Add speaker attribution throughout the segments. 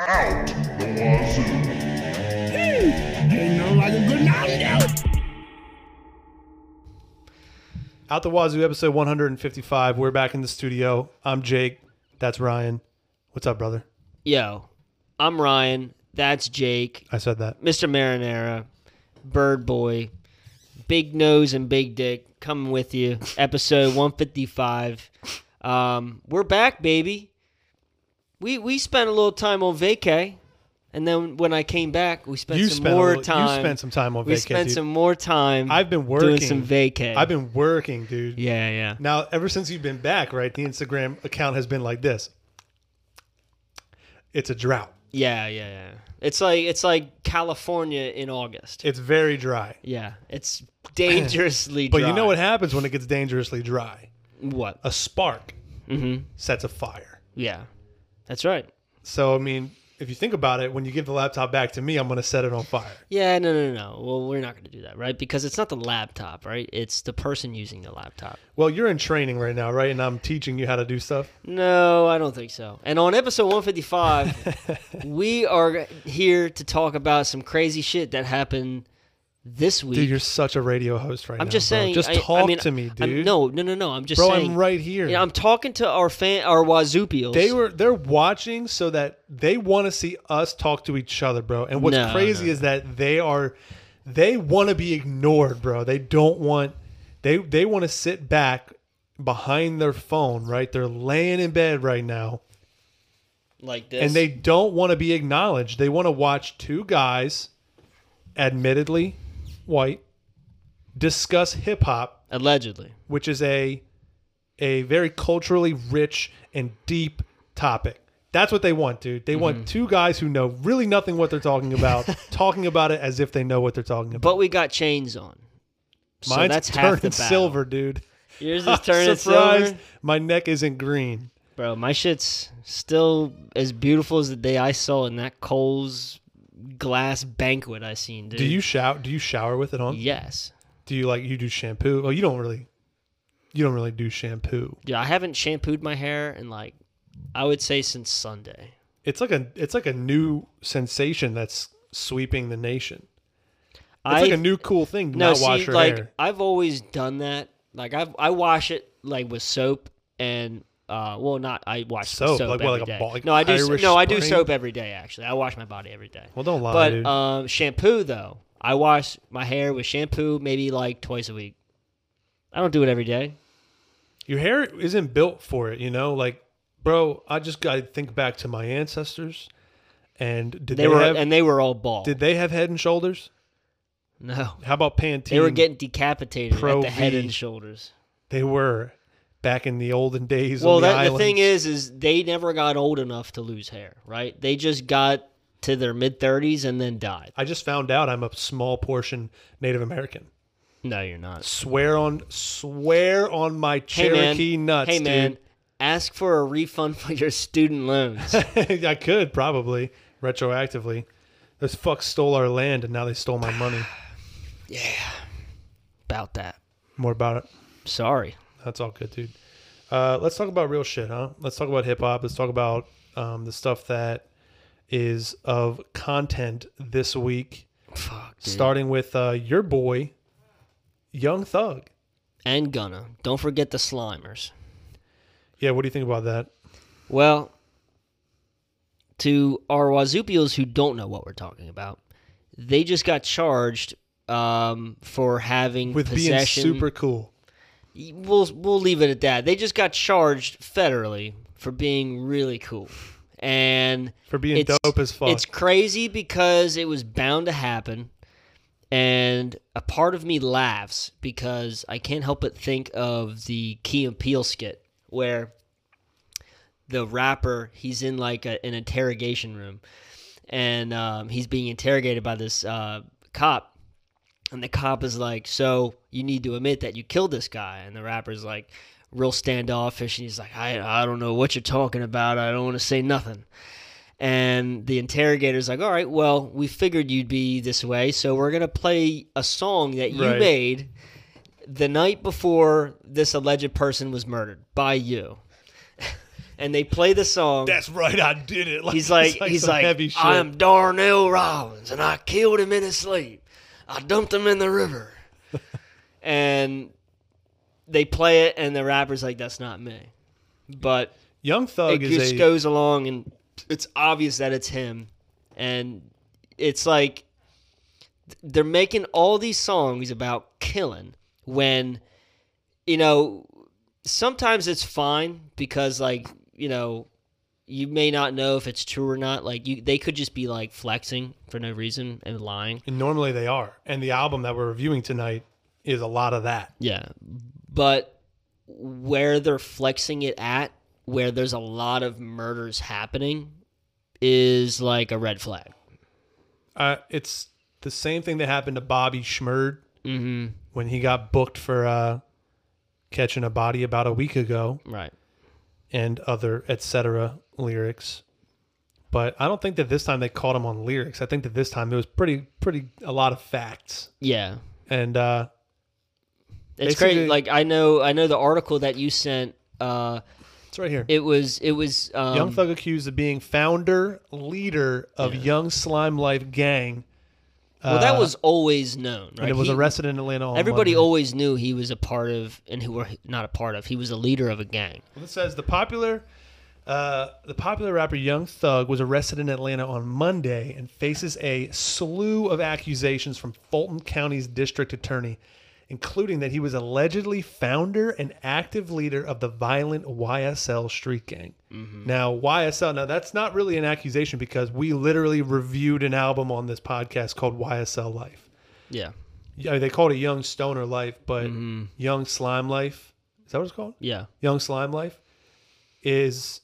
Speaker 1: Out the wazoo.
Speaker 2: Ain't nothing like a good Mountain Dew.
Speaker 3: Out the Wazoo, episode 155. We're back in the studio. I'm Jake. That's Ryan. What's up, brother?
Speaker 4: Yo, I'm Ryan. That's Jake,
Speaker 3: I said that.
Speaker 4: Mr. Marinara, Bird Boy, Big Nose and Big Dick coming with you. Episode 155. Um, we're back, baby. We we spent a little time on vacay, and then when I came back, we spent
Speaker 3: you
Speaker 4: some
Speaker 3: spent a
Speaker 4: more
Speaker 3: little-
Speaker 4: time.
Speaker 3: You spent some time on
Speaker 4: we
Speaker 3: vacation.
Speaker 4: spent some more time.
Speaker 3: I've been working.
Speaker 4: doing some vacay.
Speaker 3: I've been working, dude.
Speaker 4: Yeah, yeah.
Speaker 3: Now, ever since you've been back, right, the Instagram account has been like this. It's a drought.
Speaker 4: Yeah, yeah, yeah. It's like it's like California in August.
Speaker 3: It's very dry.
Speaker 4: yeah, it's dangerously.
Speaker 3: But
Speaker 4: dry.
Speaker 3: you know what happens when it gets dangerously dry?
Speaker 4: What?
Speaker 3: A spark
Speaker 4: Mm-hmm.
Speaker 3: sets a fire.
Speaker 4: Yeah, that's right.
Speaker 3: So, I mean, if you think about it, when you give the laptop back to me, I'm going to set it on fire.
Speaker 4: Yeah, no, no, no. Well, we're not going to do that, right? Because it's not the laptop, right? It's the person using the laptop.
Speaker 3: Well, you're in training right now, right? And I'm teaching you how to do stuff.
Speaker 4: No, I don't think so. And on episode 155, we are here to talk about some crazy shit that happened this week.
Speaker 3: Dude, you're such a radio host right now.
Speaker 4: I'm just
Speaker 3: bro.
Speaker 4: saying.
Speaker 3: Just
Speaker 4: I- I
Speaker 3: talk
Speaker 4: mean,
Speaker 3: to me, dude.
Speaker 4: I'm- no, no, no, no. I'm just
Speaker 3: bro,
Speaker 4: saying.
Speaker 3: I'm right here.
Speaker 4: Yeah, I'm talking to our fan, our Wazoopials.
Speaker 3: they were they're watching so that they want to see us talk to each other, bro. And what's
Speaker 4: No,
Speaker 3: crazy
Speaker 4: no,
Speaker 3: is that they are they want to be ignored, bro. They don't want they they want to sit back behind their phone, right? They're laying in bed right now.
Speaker 4: like this,
Speaker 3: and they don't want to be acknowledged. They want to watch two guys, admittedly white, discuss hip hop,
Speaker 4: allegedly.
Speaker 3: which is a a very culturally rich and deep topic. That's what they want, dude. They
Speaker 4: Mm-hmm.
Speaker 3: want two guys who know really nothing what they're talking about, talking about it as if they know what they're talking about.
Speaker 4: But we got chains on. So
Speaker 3: Mine's
Speaker 4: that's
Speaker 3: turning
Speaker 4: half the battle.
Speaker 3: silver, dude.
Speaker 4: Yours is
Speaker 3: I'm
Speaker 4: turning
Speaker 3: surprised
Speaker 4: silver.
Speaker 3: my neck isn't green.
Speaker 4: Bro, my shit's still as beautiful as the day I saw in that Cole's glass banquet I seen, dude.
Speaker 3: Do you shower? Do you shower with it on?
Speaker 4: Yes.
Speaker 3: Do you like you do shampoo? Oh, you don't really, you don't really do shampoo.
Speaker 4: Dude, I haven't shampooed my hair in like I would say since Sunday.
Speaker 3: it's like a it's like a new sensation that's sweeping the nation. It's
Speaker 4: I
Speaker 3: like a new cool thing to
Speaker 4: no,
Speaker 3: not
Speaker 4: see,
Speaker 3: wash your
Speaker 4: like
Speaker 3: hair.
Speaker 4: I've always done that. Like I've I wash it like with soap and uh well not I wash with
Speaker 3: Soap?
Speaker 4: soap
Speaker 3: Like what, like a
Speaker 4: every day.
Speaker 3: ball- like
Speaker 4: no I do
Speaker 3: Irish
Speaker 4: no I do
Speaker 3: Spring?
Speaker 4: soap every day actually I wash my body every day
Speaker 3: Well, don't lie,
Speaker 4: but
Speaker 3: dude.
Speaker 4: um shampoo though I wash my hair with shampoo maybe like twice a week I don't do it every day
Speaker 3: your hair isn't built for it, you know. Like, bro, I just got to think back to my ancestors, and did
Speaker 4: they,
Speaker 3: they,
Speaker 4: were
Speaker 3: have
Speaker 4: and they were all bald
Speaker 3: did they have Head and Shoulders?
Speaker 4: no
Speaker 3: How about Pantene?
Speaker 4: they were getting decapitated
Speaker 3: Pro
Speaker 4: at the head
Speaker 3: V.
Speaker 4: and shoulders
Speaker 3: they were back in the olden days.
Speaker 4: Well,
Speaker 3: on the,
Speaker 4: that, the
Speaker 3: islands.
Speaker 4: thing is, is they never got old enough to lose hair, right? They just got to their mid thirties and then died.
Speaker 3: I just found out I'm a small portion Native American.
Speaker 4: No, you're not.
Speaker 3: Swear on swear on my
Speaker 4: Hey
Speaker 3: Cherokee
Speaker 4: man,
Speaker 3: nuts,
Speaker 4: hey
Speaker 3: dude.
Speaker 4: man, ask for a refund for your student loans.
Speaker 3: I could probably retroactively. Those fucks stole our land and now they stole my money.
Speaker 4: About that.
Speaker 3: More about it.
Speaker 4: Sorry.
Speaker 3: That's all good, dude. Uh, let's talk about real shit, huh? Let's talk about hip hop. Let's talk about um, the stuff that is of content this week,
Speaker 4: Fuck. Dude.
Speaker 3: starting with uh, your boy, Young Thug.
Speaker 4: And Gunna. Don't forget the Slimers.
Speaker 3: Yeah, what do you think about that?
Speaker 4: Well, to our Wazupials who don't know what we're talking about, they just got charged um, for having
Speaker 3: With
Speaker 4: possession.
Speaker 3: being super cool.
Speaker 4: we'll we'll leave it at that. They just got charged federally for being really cool, and
Speaker 3: For being
Speaker 4: it's-
Speaker 3: dope as fuck.
Speaker 4: It's crazy because it was bound to happen, and a part of me laughs because I can't help but think of the Key and Peele skit where the rapper he's in like a, an interrogation room, and um, he's being interrogated by this uh, cop, and the cop is like, "So you need to admit that you killed this guy." And the rapper's like, real standoffish, and he's like, "I I don't know what you're talking about. I don't want to say nothing." And the interrogator's like, "All right, well, we figured you'd be this way, so we're gonna play a song that you
Speaker 3: Right.
Speaker 4: made the night before this alleged person was murdered by you." and they play the song.
Speaker 3: That's right, I did it. it's
Speaker 4: he's like, he's
Speaker 3: some
Speaker 4: like,
Speaker 3: heavy shit.
Speaker 4: I am Darnell Rollins, and I killed him in his sleep. I dumped him in the river, and they play it, and the rapper's like, that's not me. But
Speaker 3: Young
Speaker 4: it
Speaker 3: Thug is
Speaker 4: just
Speaker 3: a
Speaker 4: goes along, and it's obvious that it's him, and it's like they're making all these songs about killing when you know sometimes it's fine because like you know you may not know if it's true or not like you they could just be like flexing for no reason and lying
Speaker 3: and normally they are. And the album that we're reviewing tonight is a lot of that.
Speaker 4: yeah but where they're flexing it at where there's a lot of murders happening is like a red flag
Speaker 3: Uh, it's the same thing that happened to Bobby Schmurd
Speaker 4: mm-hmm
Speaker 3: when he got booked for uh, catching a body about a week ago
Speaker 4: right
Speaker 3: and other etc. lyrics. But I don't think that this time they caught him on lyrics. I think that this time it was pretty pretty a lot of facts.
Speaker 4: yeah
Speaker 3: And uh,
Speaker 4: it's crazy
Speaker 3: Basically-
Speaker 4: like i know i know the article that you sent uh
Speaker 3: it's right here.
Speaker 4: It was. It was. Um,
Speaker 3: Young Thug accused of being founder, leader of Young Slime Life gang.
Speaker 4: Well, that
Speaker 3: uh,
Speaker 4: was always known. Right?
Speaker 3: and it was
Speaker 4: He-
Speaker 3: arrested in Atlanta. On
Speaker 4: Everybody
Speaker 3: Monday.
Speaker 4: always knew he was a part of, and who were not a part of. He was a leader of a gang.
Speaker 3: Well, It says the popular, uh, the popular rapper Young Thug was arrested in Atlanta on Monday and faces a slew of accusations from Fulton County's district attorney, including that he was allegedly founder and active leader of the violent YSL street gang. Now YSL, now that's not really an accusation because we literally reviewed an album on this podcast called YSL Life.
Speaker 4: Yeah.
Speaker 3: Yeah, they called it Young Stoner Life, but Young Slime Life. Is that what it's called?
Speaker 4: Yeah.
Speaker 3: Young Slime Life is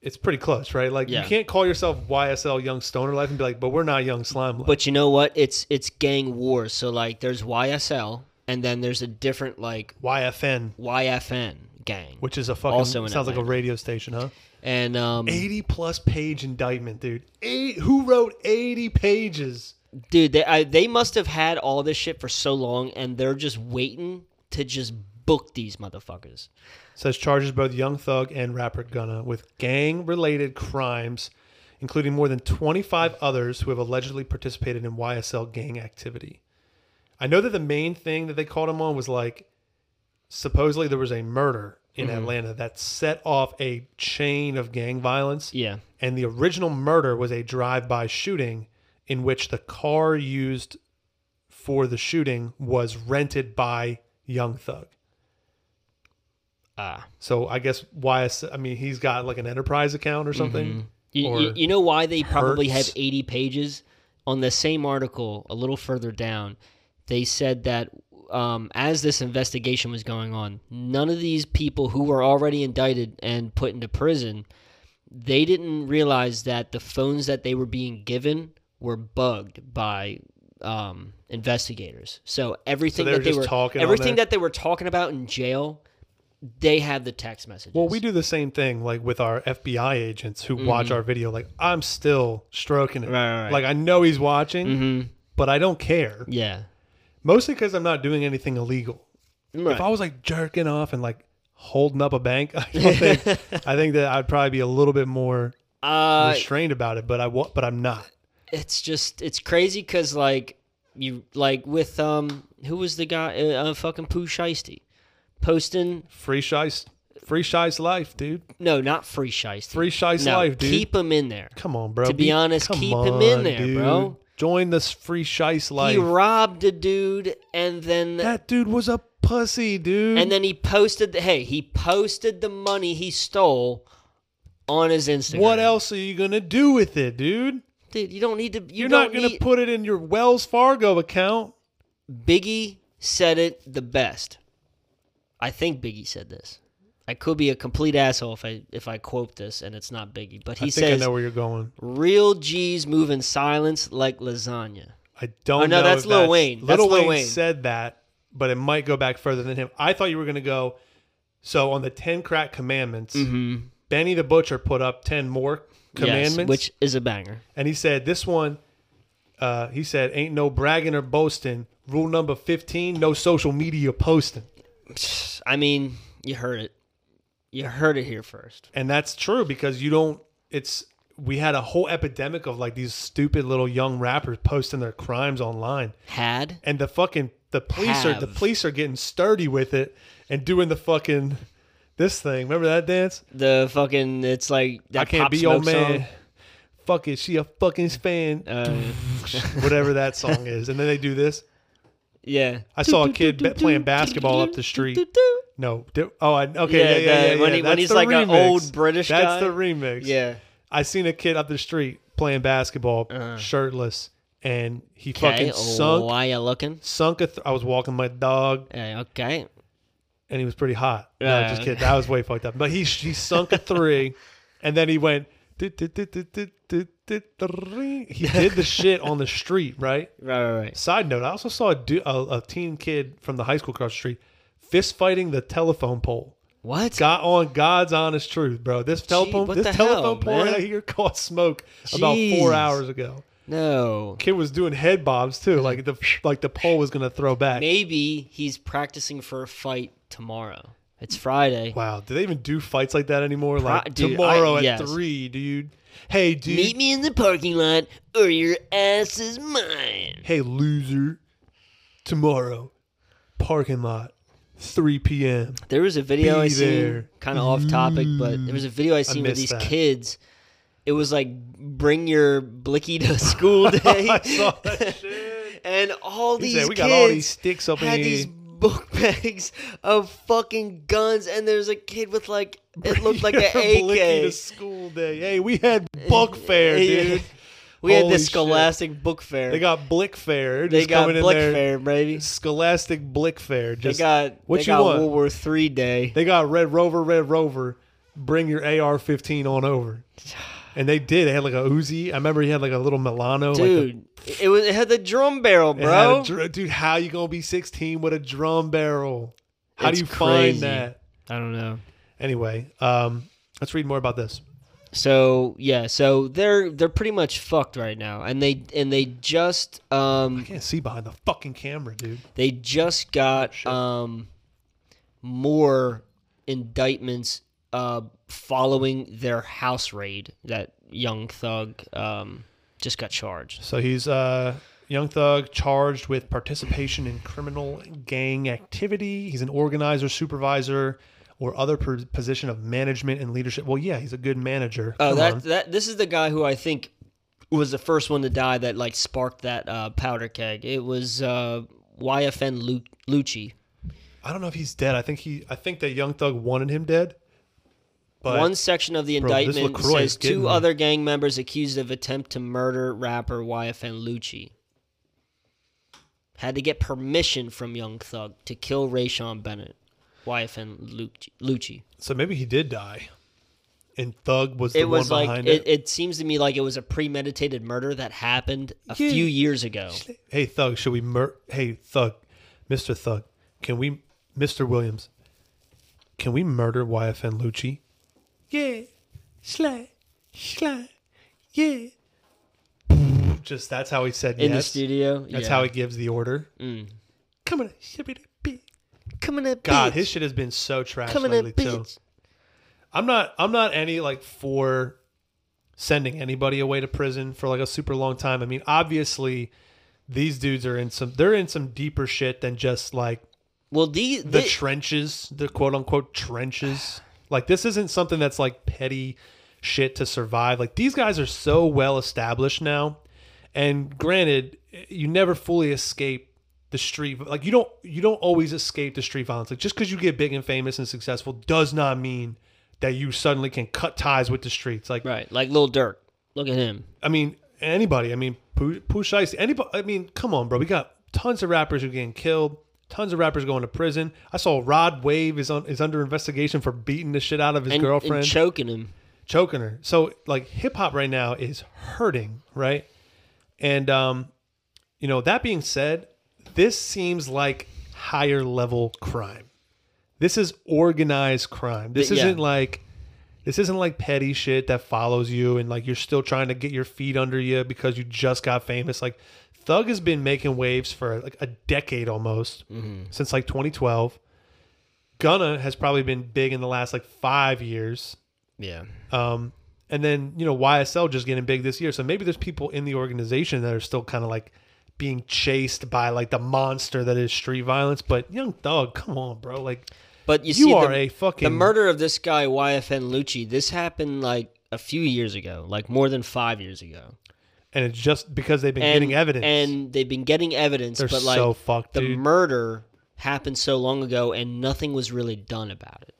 Speaker 3: it's pretty close, right? Like
Speaker 4: Yeah.
Speaker 3: you can't call yourself YSL Young Stoner Life and be like, but we're not Young Slime Life.
Speaker 4: But you know what? It's it's gang wars. So like, there's YSL, and then there's a different like
Speaker 3: YFN,
Speaker 4: YFN gang.
Speaker 3: which is a fucking
Speaker 4: Also in
Speaker 3: sounds like a
Speaker 4: Atlanta.
Speaker 3: radio station, huh?
Speaker 4: and um,
Speaker 3: Eighty plus page indictment, dude. Eight who wrote eighty pages?
Speaker 4: dude, they I, they must have had all this shit for so long, and they're just waiting to just book these motherfuckers.
Speaker 3: Says charges both Young Thug and rapper Gunna with gang related crimes, including more than twenty five others who have allegedly participated in YSL gang activity. I know that the main thing that they called him on was like supposedly there was a murder in Atlanta that set off a chain of gang violence.
Speaker 4: Yeah.
Speaker 3: And the original murder was a drive by shooting in which the car used for the shooting was rented by Young Thug.
Speaker 4: Ah.
Speaker 3: So I guess YS, I mean, he's got like an enterprise account
Speaker 4: Mm-hmm.
Speaker 3: or something.
Speaker 4: You,
Speaker 3: or
Speaker 4: you, you know why they probably have
Speaker 3: Hertz.
Speaker 4: 80 pages? On the same article, a little further down, they said that um, as this investigation was going on, none of these people who were already indicted and put into prison, they didn't realize that the phones that they were being given were bugged by um, investigators. So everything
Speaker 3: they were
Speaker 4: that they
Speaker 3: just
Speaker 4: were
Speaker 3: talking on
Speaker 4: everything
Speaker 3: there?
Speaker 4: that they were talking about in jail, they had the text messages.
Speaker 3: Well, we do the same thing like with our FBI agents who watch our video. Like, I'm still stroking it.
Speaker 4: Mm-hmm. Right, Mm-hmm. right, right.
Speaker 3: Like, I know he's watching, but I don't care.
Speaker 4: yeah.
Speaker 3: Mostly because I'm not doing anything illegal.
Speaker 4: Right.
Speaker 3: If I was like jerking off and like holding up a bank, I, don't think, I think that I'd probably be a little bit more
Speaker 4: Uh,
Speaker 3: restrained about it. But I wa- but I'm not.
Speaker 4: it's just it's crazy because like you like with um who was the guy uh, uh fucking Pooh Shiesty posting
Speaker 3: Free shice, free shice life, dude.
Speaker 4: no not free Shiesty
Speaker 3: Free shice
Speaker 4: no,
Speaker 3: life, dude.
Speaker 4: keep him in there
Speaker 3: Come on, bro.
Speaker 4: To be honest,
Speaker 3: come
Speaker 4: keep him in there, bro.
Speaker 3: Join this free shice life.
Speaker 4: he robbed a dude and then
Speaker 3: that dude was a pussy, dude.
Speaker 4: and then he posted the, hey he posted the money he stole on his Instagram
Speaker 3: what else are you gonna do with it, dude?
Speaker 4: dude you don't need to you
Speaker 3: You're
Speaker 4: are
Speaker 3: not gonna put it in your Wells Fargo account.
Speaker 4: Biggie said it the best I think Biggie said this. I could be a complete asshole if I if I quote this and it's not Biggie, but
Speaker 3: I
Speaker 4: he
Speaker 3: think
Speaker 4: says
Speaker 3: I know where you're going.
Speaker 4: Real G's move in silence like lasagna.
Speaker 3: I don't
Speaker 4: Oh, no,
Speaker 3: know.
Speaker 4: that's
Speaker 3: if
Speaker 4: Lil Wayne.
Speaker 3: Lil
Speaker 4: That's Lil
Speaker 3: Wayne,
Speaker 4: Wayne.
Speaker 3: said that, but it might go back further than him. I thought you were gonna go. So on the ten crack commandments, Benny the Butcher put up ten more commandments,
Speaker 4: Mm-hmm. Yes, which is a banger.
Speaker 3: And he said, this one, uh, he said, ain't no bragging or boasting. Rule number 15, no social media posting.
Speaker 4: I mean, you heard it. You heard it here first.
Speaker 3: And that's true because you don't. It's we had a whole epidemic of like these stupid little young rappers posting their crimes online,
Speaker 4: Had
Speaker 3: and the fucking the police are the
Speaker 4: Have.
Speaker 3: police are getting sturdy with it and doing the fucking this thing. Remember that dance?
Speaker 4: the fucking it's like that
Speaker 3: I can't
Speaker 4: Pop
Speaker 3: be your
Speaker 4: Smoke
Speaker 3: man. Fuck it, she a fucking fan.
Speaker 4: song. Uh,
Speaker 3: Whatever that song is, and then they do this.
Speaker 4: yeah.
Speaker 3: I saw a kid ba- playing basketball up the street. No, di- oh, I, okay,
Speaker 4: Yeah,
Speaker 3: yeah, yeah, yeah.
Speaker 4: the-
Speaker 3: yeah,
Speaker 4: when he- when
Speaker 3: That's
Speaker 4: he's
Speaker 3: the
Speaker 4: like an
Speaker 3: remix.
Speaker 4: old British
Speaker 3: That's
Speaker 4: guy.
Speaker 3: the remix.
Speaker 4: Yeah.
Speaker 3: I seen a kid up the street playing basketball,
Speaker 4: Uh.
Speaker 3: shirtless, and he
Speaker 4: Okay.
Speaker 3: fucking sunk.
Speaker 4: Why you looking?
Speaker 3: Sunk a. Th- I was walking my dog,
Speaker 4: Uh, okay.
Speaker 3: and he was pretty hot. No,
Speaker 4: Yeah.
Speaker 3: just kidding. That was way fucked up. But he he sunk a three, and then he went. "Dit, dit, dit, dit, dit, dit, dit, three." He did the shit on the street, right?
Speaker 4: Right, right, right.
Speaker 3: Side note: I also saw a, du- a, a teen kid from the high school across the street fist fighting the telephone pole.
Speaker 4: What?
Speaker 3: Got on God's honest truth, bro. This telephone,
Speaker 4: what
Speaker 3: this
Speaker 4: the
Speaker 3: telephone
Speaker 4: hell,
Speaker 3: pole
Speaker 4: man?
Speaker 3: right here caught smoke about
Speaker 4: Jeez.
Speaker 3: four hours ago.
Speaker 4: No.
Speaker 3: Kid was doing head bobs too, like the like the pole was gonna throw back.
Speaker 4: Maybe he's practicing for a fight tomorrow. It's Friday.
Speaker 3: Wow, do they even do fights like that anymore? like
Speaker 4: dude, I-
Speaker 3: tomorrow at
Speaker 4: yes.
Speaker 3: three, dude. Hey, dude.
Speaker 4: Meet me in the parking lot, or your ass is mine.
Speaker 3: Hey, loser. Tomorrow, parking lot, three p.m.
Speaker 4: There was a video I
Speaker 3: Be
Speaker 4: seen,
Speaker 3: there. Mm.
Speaker 4: kind of off topic, but there was a video I seen with
Speaker 3: missed
Speaker 4: these
Speaker 3: that.
Speaker 4: kids. It was like bring your blicky to school day,
Speaker 3: I saw that shit.
Speaker 4: and all
Speaker 3: He
Speaker 4: these
Speaker 3: said,
Speaker 4: kids
Speaker 3: "We got all these sticks up in
Speaker 4: had
Speaker 3: here."
Speaker 4: these book bags of fucking guns, and there's a kid with like it looked like an
Speaker 3: Blicky to
Speaker 4: AK.
Speaker 3: school day. Hey, we had bug fair,
Speaker 4: Yeah.
Speaker 3: dude.
Speaker 4: We had
Speaker 3: Holy
Speaker 4: this
Speaker 3: shit.
Speaker 4: Scholastic book fair.
Speaker 3: They got Blick Fair.
Speaker 4: they
Speaker 3: Just
Speaker 4: got
Speaker 3: coming in
Speaker 4: book
Speaker 3: there.
Speaker 4: fair, baby.
Speaker 3: Scholastic Blick Fair.
Speaker 4: They
Speaker 3: Just,
Speaker 4: got
Speaker 3: what
Speaker 4: they
Speaker 3: you
Speaker 4: got
Speaker 3: want?
Speaker 4: World War Three day.
Speaker 3: They got Red Rover, Red Rover. Bring your AR-15 on over. And they did. They had like a Uzi. I remember he had like a little Milano. like
Speaker 4: Dude, it was it had the drum barrel,
Speaker 3: a, it had a
Speaker 4: bro.
Speaker 3: dr- dude, how you gonna be 16 with a drum barrel? How
Speaker 4: It's
Speaker 3: do you find
Speaker 4: crazy.
Speaker 3: that?
Speaker 4: I don't know.
Speaker 3: Anyway, um, let's read more about this.
Speaker 4: So yeah, so they're they're pretty much fucked right now, and they and they just um
Speaker 3: Can't see behind the fucking camera, dude.
Speaker 4: they just got um more indictments uh following their house raid that young thug um just got charged.
Speaker 3: So he's uh, young thug charged with participation in criminal gang activity. He's an organizer, supervisor, or other per- position of management and leadership. Well, yeah, he's a good manager.
Speaker 4: Oh,
Speaker 3: Come
Speaker 4: that
Speaker 3: on.
Speaker 4: that this is the guy who I think was the first one to die that like sparked that uh, powder keg. It was uh, YFN Lu- Lucci.
Speaker 3: I don't know if he's dead. I think he. I think that Young Thug wanted him dead. But
Speaker 4: One section of the
Speaker 3: Bro, this
Speaker 4: indictment
Speaker 3: LaCroix is
Speaker 4: says two
Speaker 3: getting me.
Speaker 4: other gang members accused of attempt to murder rapper YFN Lucci had to get permission from Young Thug to kill Rayshon Bennett. YFN Lucci. Lucci.
Speaker 3: so maybe he did die, and Thug was the
Speaker 4: It
Speaker 3: one
Speaker 4: was like
Speaker 3: behind
Speaker 4: it,
Speaker 3: it.
Speaker 4: it seems to me like it was a premeditated murder that happened a
Speaker 3: Yeah.
Speaker 4: few years ago.
Speaker 3: Hey Thug, should we mur? Hey Thug, Mister Thug, can we, Mister Williams, can we murder YFN Lucci? Yeah, slay, slay, yeah. Just that's how he said
Speaker 4: In the
Speaker 3: yes.
Speaker 4: studio.
Speaker 3: That's
Speaker 4: Yeah.
Speaker 3: how he gives the order. Come on, shibbity bee.
Speaker 4: coming up.
Speaker 3: God,
Speaker 4: bitch.
Speaker 3: his shit has been so trash
Speaker 4: coming up,
Speaker 3: lately too.
Speaker 4: bitch.
Speaker 3: I'm not I'm not any like for sending anybody away to prison for like a super long time. I mean, obviously these dudes are in some they're in some deeper shit than just like
Speaker 4: Well, these
Speaker 3: the
Speaker 4: thi-
Speaker 3: trenches, the quote unquote trenches. Like this isn't something that's like petty shit to survive. Like these guys are so well established now. And granted, you never fully escape the street like you don't you don't always escape the street violence. Like just cuz you get big and famous and successful does not mean that you suddenly can cut ties with the streets. Like
Speaker 4: right, like Lil Durk. Look at him.
Speaker 3: I mean, anybody. I mean, Pooh Pooh Shiesty. Anybody. I mean, come on, bro. We got tons of rappers who are getting killed. Tons of rappers going to prison. I saw Rod Wave is on, is under investigation for beating the shit out of his
Speaker 4: And,
Speaker 3: girlfriend,
Speaker 4: and choking him.
Speaker 3: choking her. So like, hip hop right now is hurting, right? And um, you know, that being said, this seems like higher level crime. This is organized crime. This
Speaker 4: Th- yeah.
Speaker 3: isn't like this isn't like petty shit that follows you and like you're still trying to get your feet under you because you just got famous. Like Thug has been making waves for like a decade almost since like 2012. Gunna has probably been big in the last like five years.
Speaker 4: Yeah.
Speaker 3: Um, and then you know YSL just getting big this year, so maybe there's people in the organization that are still kind of like being chased by like the monster that is street violence. But Young Thug, come on, bro, like
Speaker 4: But you,
Speaker 3: you
Speaker 4: see
Speaker 3: are
Speaker 4: the,
Speaker 3: a fucking
Speaker 4: the murder of this guy YFN Lucci. This happened like a few years ago, like more than five years ago.
Speaker 3: and it's just because they've been
Speaker 4: And,
Speaker 3: getting evidence.
Speaker 4: and they've been getting evidence,
Speaker 3: They're
Speaker 4: but like
Speaker 3: so fucked,
Speaker 4: the
Speaker 3: dude.
Speaker 4: murder happened so long ago, and nothing was really done about it.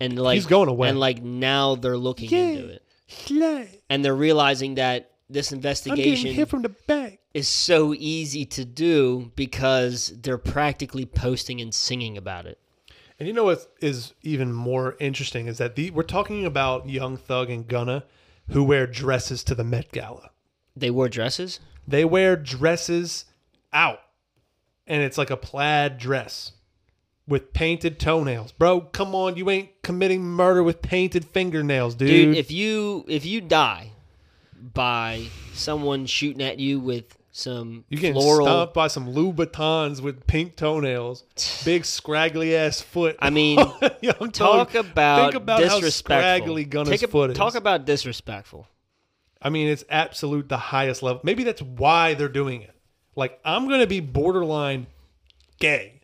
Speaker 4: And like
Speaker 3: He's going away.
Speaker 4: and like now they're looking into it,
Speaker 3: Slay.
Speaker 4: and they're realizing that this
Speaker 3: I'm getting
Speaker 4: investigation
Speaker 3: hit from the back.
Speaker 4: is so easy to do because they're practically posting and singing about it.
Speaker 3: And you know what is even more interesting is that the, we're talking about Young Thug and Gunna, who wear dresses to the Met Gala.
Speaker 4: They wore dresses.
Speaker 3: They wear dresses out, and it's like a plaid dress with painted toenails. Bro, come on, you ain't committing murder with painted fingernails, dude.
Speaker 4: dude if you if you die by someone shooting at you with some
Speaker 3: you getting
Speaker 4: floral
Speaker 3: stomped by some Louboutins with pink toenails, big scraggly ass foot.
Speaker 4: i mean
Speaker 3: Young
Speaker 4: talk
Speaker 3: Thug,
Speaker 4: about,
Speaker 3: think about how
Speaker 4: disrespectful
Speaker 3: scraggly Gunna's
Speaker 4: Take a-
Speaker 3: foot is.
Speaker 4: talk about disrespectful
Speaker 3: I mean, it's absolute the highest level. Maybe that's why they're doing it. Like, I'm gonna be borderline gay,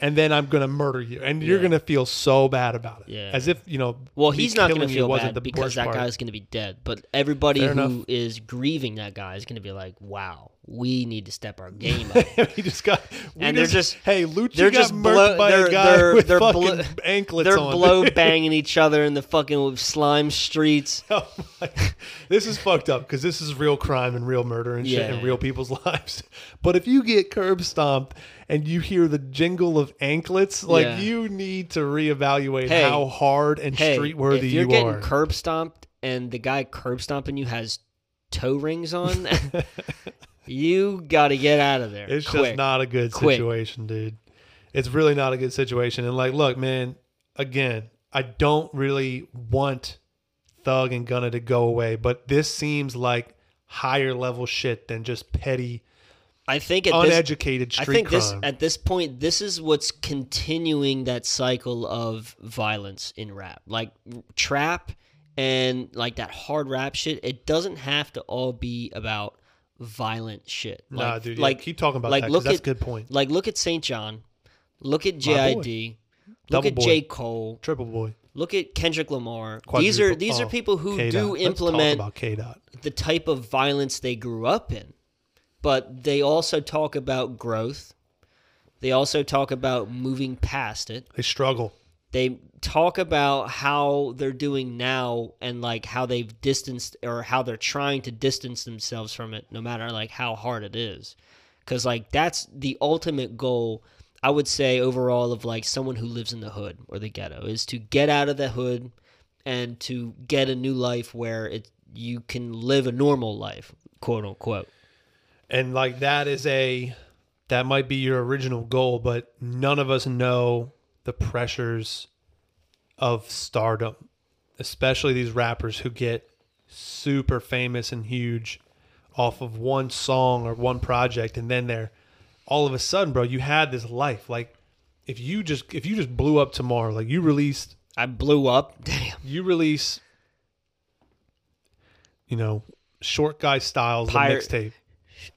Speaker 3: and then I'm gonna murder you, and you're gonna feel so bad about it.
Speaker 4: Yeah.
Speaker 3: As if you know.
Speaker 4: well
Speaker 3: me
Speaker 4: he's not going to
Speaker 3: killing you
Speaker 4: feel
Speaker 3: wasn't the
Speaker 4: bad because
Speaker 3: worst
Speaker 4: that
Speaker 3: part.
Speaker 4: guy's going to be dead but everybody who
Speaker 3: Fair
Speaker 4: is
Speaker 3: enough.
Speaker 4: grieving that guy is going to be like wow we need to step our game up
Speaker 3: he just got. we
Speaker 4: And they're just-
Speaker 3: hey, Lucci
Speaker 4: they're
Speaker 3: got
Speaker 4: just
Speaker 3: murked
Speaker 4: blow,
Speaker 3: by
Speaker 4: they're,
Speaker 3: a guy
Speaker 4: they're,
Speaker 3: with
Speaker 4: they're
Speaker 3: fucking
Speaker 4: blow,
Speaker 3: anklets
Speaker 4: they're
Speaker 3: on.
Speaker 4: blow banging each other in the fucking slime streets
Speaker 3: Oh my- this is fucked up because this is real crime and real murder and shit
Speaker 4: Yeah.
Speaker 3: and real people's lives. But if you get curb stomped and you hear the jingle of anklets, like
Speaker 4: Yeah.
Speaker 3: you need to reevaluate
Speaker 4: Hey.
Speaker 3: how hard and
Speaker 4: hey,
Speaker 3: street worthy
Speaker 4: if you're
Speaker 3: you
Speaker 4: getting
Speaker 3: are.
Speaker 4: curb stomped and the guy curb stomping you has toe rings on, you got to get out of there.
Speaker 3: it's
Speaker 4: quick.
Speaker 3: just not a good
Speaker 4: Quick.
Speaker 3: situation, dude. It's really not a good situation. And like, look, man, again, I don't really want Thug and Gunna to go away, but this seems like higher level shit than just petty,
Speaker 4: I think at this,
Speaker 3: uneducated
Speaker 4: I
Speaker 3: street
Speaker 4: think
Speaker 3: crime.
Speaker 4: this at this point, this is what's continuing that cycle of violence in rap, like trap and like that hard rap shit. It doesn't have to all be about violent shit. Like,
Speaker 3: nah, dude. yeah,
Speaker 4: like
Speaker 3: keep talking about
Speaker 4: like,
Speaker 3: that. 'cause
Speaker 4: look
Speaker 3: that's
Speaker 4: at-
Speaker 3: a good point.
Speaker 4: like look at Saint John, look at
Speaker 3: boy.
Speaker 4: JID, look
Speaker 3: Double
Speaker 4: at
Speaker 3: boy.
Speaker 4: J Cole,
Speaker 3: Triple boy.
Speaker 4: Look at Kendrick Lamar. These
Speaker 3: Quadruple-
Speaker 4: are these are
Speaker 3: oh,
Speaker 4: people who
Speaker 3: K-Dot.
Speaker 4: do
Speaker 3: Let's
Speaker 4: implement
Speaker 3: talk about K dot.
Speaker 4: the type of violence they grew up in, but they also talk about growth. They also talk about moving past it.
Speaker 3: They struggle.
Speaker 4: They talk about how they're doing now and like how they've distanced or how they're trying to distance themselves from it no matter like how hard it is. Cuz like that's the ultimate goal I would say overall of like someone who lives in the hood or the ghetto is to get out of the hood and to get a new life where it you can live a normal life, quote unquote.
Speaker 3: And like that is a that might be your original goal, but none of us know the pressures of stardom, especially these rappers who get super famous and huge off of one song or one project and then they're all of a sudden, bro, you had this life. Like if you just if you just blew up tomorrow, like you released
Speaker 4: I blew up. Damn.
Speaker 3: you release, you know, short guy styles the
Speaker 4: Pirate-
Speaker 3: mixtape,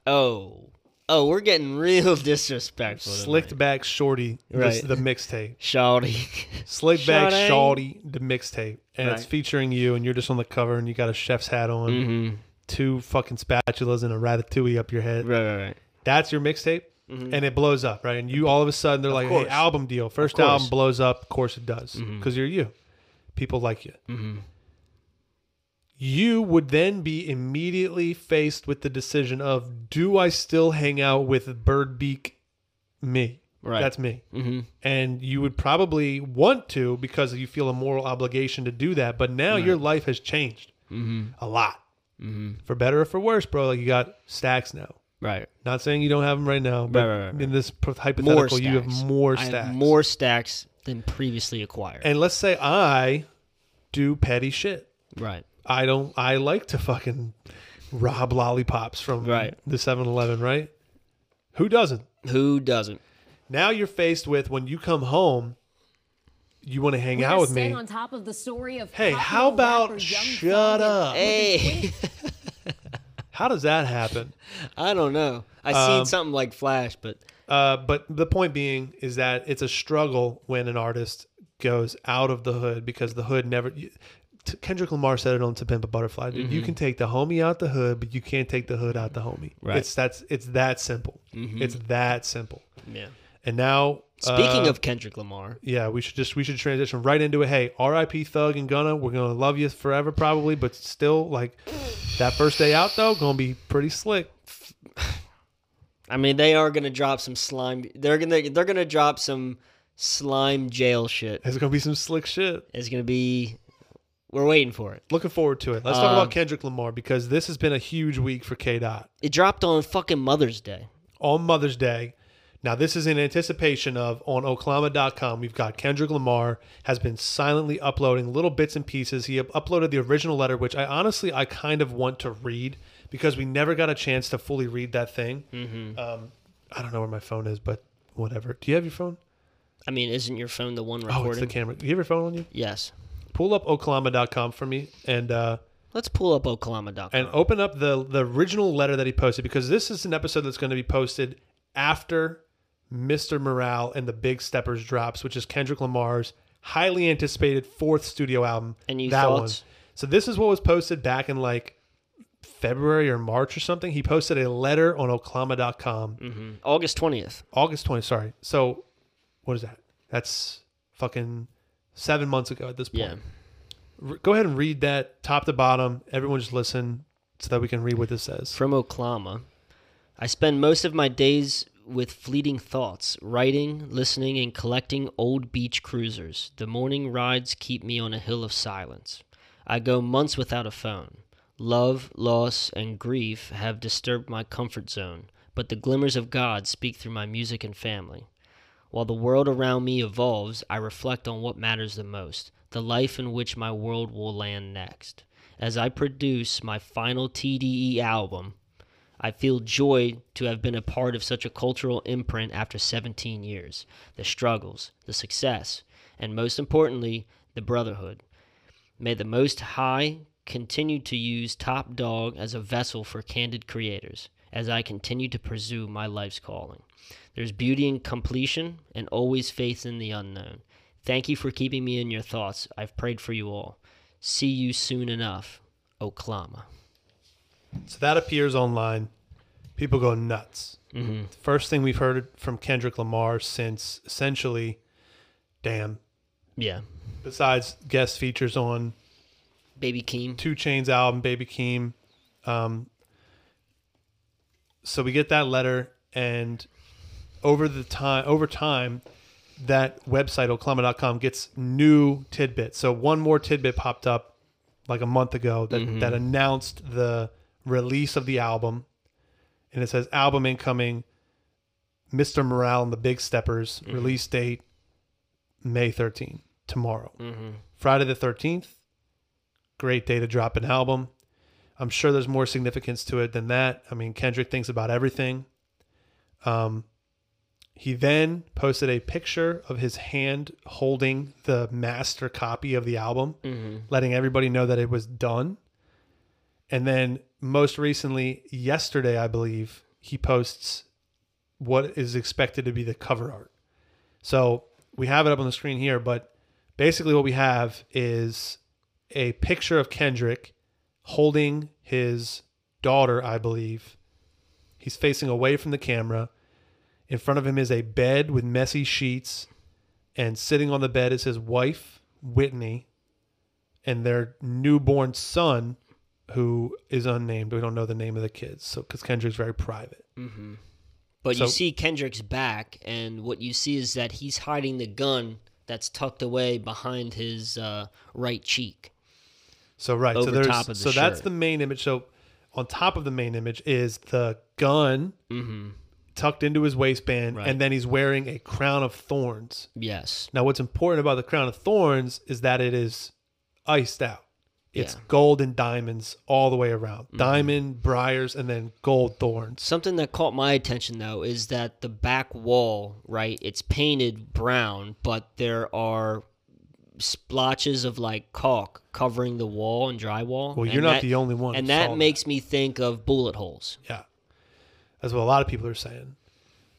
Speaker 4: Oh. Oh, we're getting real disrespectful. tonight.
Speaker 3: slicked back shorty the-
Speaker 4: Right.
Speaker 3: the, mixtape,
Speaker 4: Shawty.
Speaker 3: slick back
Speaker 4: Shawty.
Speaker 3: shorty the mixtape, and it's
Speaker 4: Right. Mm-hmm.
Speaker 3: featuring you, and you're just on the cover, and you got a chef's hat on,
Speaker 4: Mm.
Speaker 3: two fucking spatulas, and a ratatouille up your head.
Speaker 4: right, right, right.
Speaker 3: That's your mixtape. And it blows up, right? And you all of a sudden they're like, "Hey,
Speaker 4: course.
Speaker 3: album deal, first
Speaker 4: course. Mm-hmm.
Speaker 3: album blows up." Of course it does, because you're you. People like you. you would then be immediately faced with the decision of do I still hang out with Birdbeak me?
Speaker 4: Right.
Speaker 3: That's me.
Speaker 4: Mm-hmm.
Speaker 3: And you would probably want to because you feel a moral obligation to do that. But now your life has changed a lot.
Speaker 4: Mm-hmm.
Speaker 3: For better or for worse, bro. Like you got stacks now.
Speaker 4: Right.
Speaker 3: Not saying you don't have them right now, but
Speaker 4: right, right, right.
Speaker 3: in this pro-
Speaker 4: More
Speaker 3: hypothetical,
Speaker 4: stacks.
Speaker 3: you have more
Speaker 4: I
Speaker 3: stacks.
Speaker 4: have more stacks than previously acquired.
Speaker 3: And let's say I do petty shit.
Speaker 4: right.
Speaker 3: I don't. I like to fucking rob lollipops from
Speaker 4: Right.
Speaker 3: the 7-Eleven, right? Who doesn't?
Speaker 4: Who doesn't?
Speaker 3: Now you're faced with when you come home, you want to hang out
Speaker 5: We're
Speaker 3: with
Speaker 5: staying
Speaker 3: me.
Speaker 5: on top of the story of
Speaker 3: Hey,
Speaker 5: popular
Speaker 3: how
Speaker 5: rapper Young
Speaker 3: about shut
Speaker 5: Thug and-
Speaker 3: up?
Speaker 4: Hey,
Speaker 3: How does that happen?
Speaker 4: I don't know. I
Speaker 3: Um,
Speaker 4: seen something like Flash, but
Speaker 3: Uh, but the point being is that it's a struggle when an artist goes out of the hood because the hood never. You, T- Kendrick Lamar said it on "To Pimp a Butterfly." Dude, you can take the homie out the hood, but you can't take the hood out the homie.
Speaker 4: Right.
Speaker 3: It's that's it's that simple. It's that simple.
Speaker 4: yeah.
Speaker 3: And now,
Speaker 4: Speaking
Speaker 3: uh,
Speaker 4: of Kendrick Lamar,
Speaker 3: yeah, we should just we should transition right into it. Hey, R.I.P. Thug and Gunna. We're gonna love you forever, probably, but still, like that first day out though, gonna be pretty slick.
Speaker 4: I mean, they are gonna drop some slime. They're gonna they're gonna drop some slime jail shit.
Speaker 3: There's gonna be some slick shit.
Speaker 4: It's gonna be. We're waiting for it.
Speaker 3: Looking forward to it. Let's talk about Kendrick Lamar because this has been a huge week for K Dot
Speaker 4: It dropped on fucking Mother's Day.
Speaker 3: on Mother's Day. Now, this is in anticipation of on Oklahoma.com. We've got Kendrick Lamar has been silently uploading little bits and pieces. He up- uploaded the original letter, which I honestly I kind of want to read because we never got a chance to fully read that thing. Um, I don't know where my phone is, but whatever. Do you have your phone?
Speaker 4: I mean, isn't your phone the one
Speaker 3: Oh,
Speaker 4: recording?
Speaker 3: it's the camera. Do you have your phone on you?
Speaker 4: yes.
Speaker 3: Pull up Oklahoma.com for me and uh,
Speaker 4: Let's pull up Oklahoma.com.
Speaker 3: and open up the the original letter that he posted because this is an episode that's going to be posted after Mr. Morale and the Big Steppers drops, which is Kendrick Lamar's highly anticipated fourth studio album.
Speaker 4: Any
Speaker 3: that
Speaker 4: thoughts?
Speaker 3: one. So this is what was posted back in like February or March or something. He posted a letter on Oklahoma.com,
Speaker 4: Mm. Mm-hmm. August twentieth.
Speaker 3: August 20th. Sorry. So what is that? That's fucking seven months ago at this point.
Speaker 4: Yeah.
Speaker 3: R- Go ahead and read that top to bottom. Everyone just listen so that we can read what this says.
Speaker 4: From Oklahoma. I spend most of my days with fleeting thoughts, writing, listening, and collecting old beach cruisers. The morning rides keep me on a hill of silence. I go months without a phone. Love, loss, and grief have disturbed my comfort zone, but the glimmers of God speak through my music and family. While the world around me evolves, I reflect on what matters the most the life in which my world will land next. As I produce my final TDE album, I feel joy to have been a part of such a cultural imprint after 17 years. The struggles, the success, and most importantly, the brotherhood. May the Most High continue to use Top Dog as a vessel for candid creators as I continue to pursue my life's calling. There's beauty in completion and always faith in the unknown. Thank you for keeping me in your thoughts. I've prayed for you all. See you soon enough, Oklahoma.
Speaker 3: So that appears online. People go nuts. It's the First thing we've heard from Kendrick Lamar since essentially, damn.
Speaker 4: Yeah.
Speaker 3: Besides guest features on
Speaker 4: Baby Keem.
Speaker 3: Two Chains album, Baby Keem. Um, so we get that letter, and over the time, over time, that website oklahoma.com gets new tidbits. So one more tidbit popped up like a month ago that, that announced the release of the album, and it says album incoming, Mr. Morale and the Big Steppers release date May 13 tomorrow, Friday the 13th great day to drop an album. I'm sure there's more significance to it than that. I mean, Kendrick thinks about everything. Um, he then posted a picture of his hand holding the master copy of the album, letting everybody know that it was done. And then, most recently, yesterday, I believe, he posts what is expected to be the cover art. So we have it up on the screen here, but basically, what we have is a picture of Kendrick holding his daughter, I believe. He's facing away from the camera. In front of him is a bed with messy sheets, and sitting on the bed is his wife, Whitney, and their newborn son, who is unnamed. We don't know the name of the kids, so because Kendrick's very private.
Speaker 4: But
Speaker 3: So-
Speaker 4: you see Kendrick's back, and what you see is that he's hiding the gun that's tucked away behind his uh, right cheek.
Speaker 3: So right, so
Speaker 4: over
Speaker 3: there's
Speaker 4: top of the
Speaker 3: so that's
Speaker 4: shirt.
Speaker 3: the main image. So on top of the main image is the gun tucked into his waistband,
Speaker 4: Mm-hmm. Right.
Speaker 3: and then he's wearing a crown of thorns.
Speaker 4: Yes.
Speaker 3: Now, what's important about the crown of thorns is that it is iced out. It's
Speaker 4: Yeah. Mm-hmm.
Speaker 3: gold and diamonds all the way around. Diamond, briars, and then gold thorns.
Speaker 4: Something that caught my attention though is that the back wall, right? It's painted brown, but there are splotches of like caulk covering the wall and drywall.
Speaker 3: Well,
Speaker 4: And
Speaker 3: you're not
Speaker 4: that-
Speaker 3: the only one
Speaker 4: And
Speaker 3: who
Speaker 4: that
Speaker 3: saw
Speaker 4: makes me think of bullet holes.
Speaker 3: Yeah, that's what a lot of people are saying.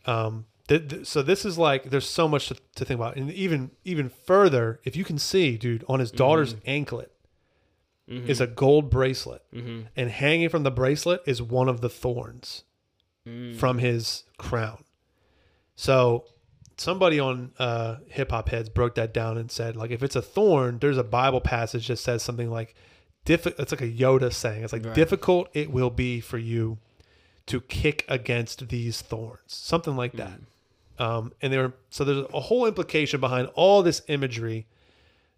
Speaker 3: Um, th- th- so this is like there's so much to, to think about, and even even further, if you can see, dude, on his daughter's anklet is a gold bracelet, and hanging from the bracelet is one of the thorns from his crown. So somebody on uh, hip hop heads broke that down and said like if it's a thorn, there's a Bible passage that says something like. Diffi- it's like a Yoda saying. It's like difficult it will be for you to kick against these thorns, something like that. Um, and there, so there's a whole implication behind all this imagery.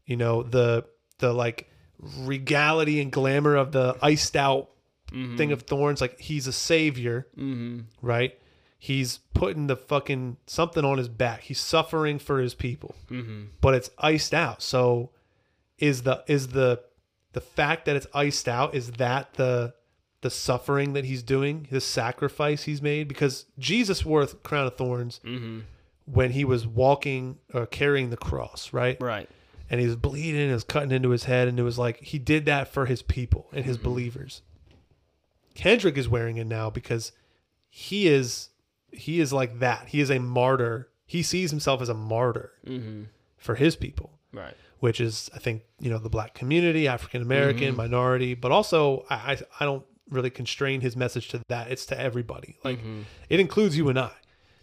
Speaker 3: You know, the the like regality and glamour of the iced out thing of thorns. Like he's a savior, right? He's putting the fucking something on his back. He's suffering for his people, but it's iced out. So is the is the the fact that it's iced out is that the the suffering that he's doing the sacrifice he's made because jesus wore a crown of thorns when he was walking or carrying the cross right
Speaker 4: Right.
Speaker 3: and he was bleeding and it was cutting into his head and it was like he did that for his people and his believers kendrick is wearing it now because he is he is like that he is a martyr he sees himself as a martyr for his people
Speaker 4: Right.
Speaker 3: which is I think you know the black community, African American minority, but also I, I I don't really constrain his message to that. It's to everybody. Like it includes you and I,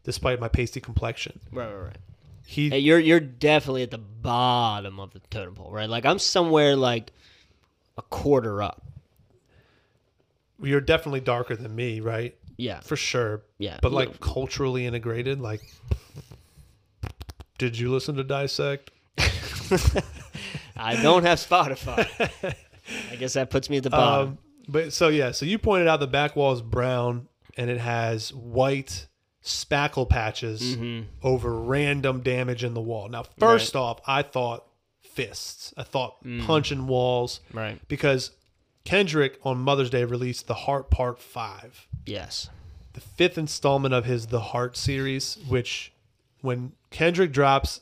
Speaker 3: despite my pasty complexion.
Speaker 4: Right. Right. Right.
Speaker 3: He
Speaker 4: Hey, you're you're definitely at the bottom of the totem pole, right? Like I'm somewhere like a quarter up.
Speaker 3: you're definitely darker than me, right?
Speaker 4: Yeah.
Speaker 3: For sure.
Speaker 4: Yeah.
Speaker 3: But like culturally integrated, like did you listen to Dissect?
Speaker 4: I don't have Spotify. I guess that puts me at the bottom.
Speaker 3: Um, but so yeah, so you pointed out the back wall is brown and it has white spackle patches
Speaker 4: Mm-hmm.
Speaker 3: over random damage in the wall. Now, first off, I thought fists. I thought punching walls.
Speaker 4: Mm. Right.
Speaker 3: Because Kendrick on Mother's Day released The Heart Part 5,
Speaker 4: yes.
Speaker 3: the fifth installment of his The Heart series, which when Kendrick drops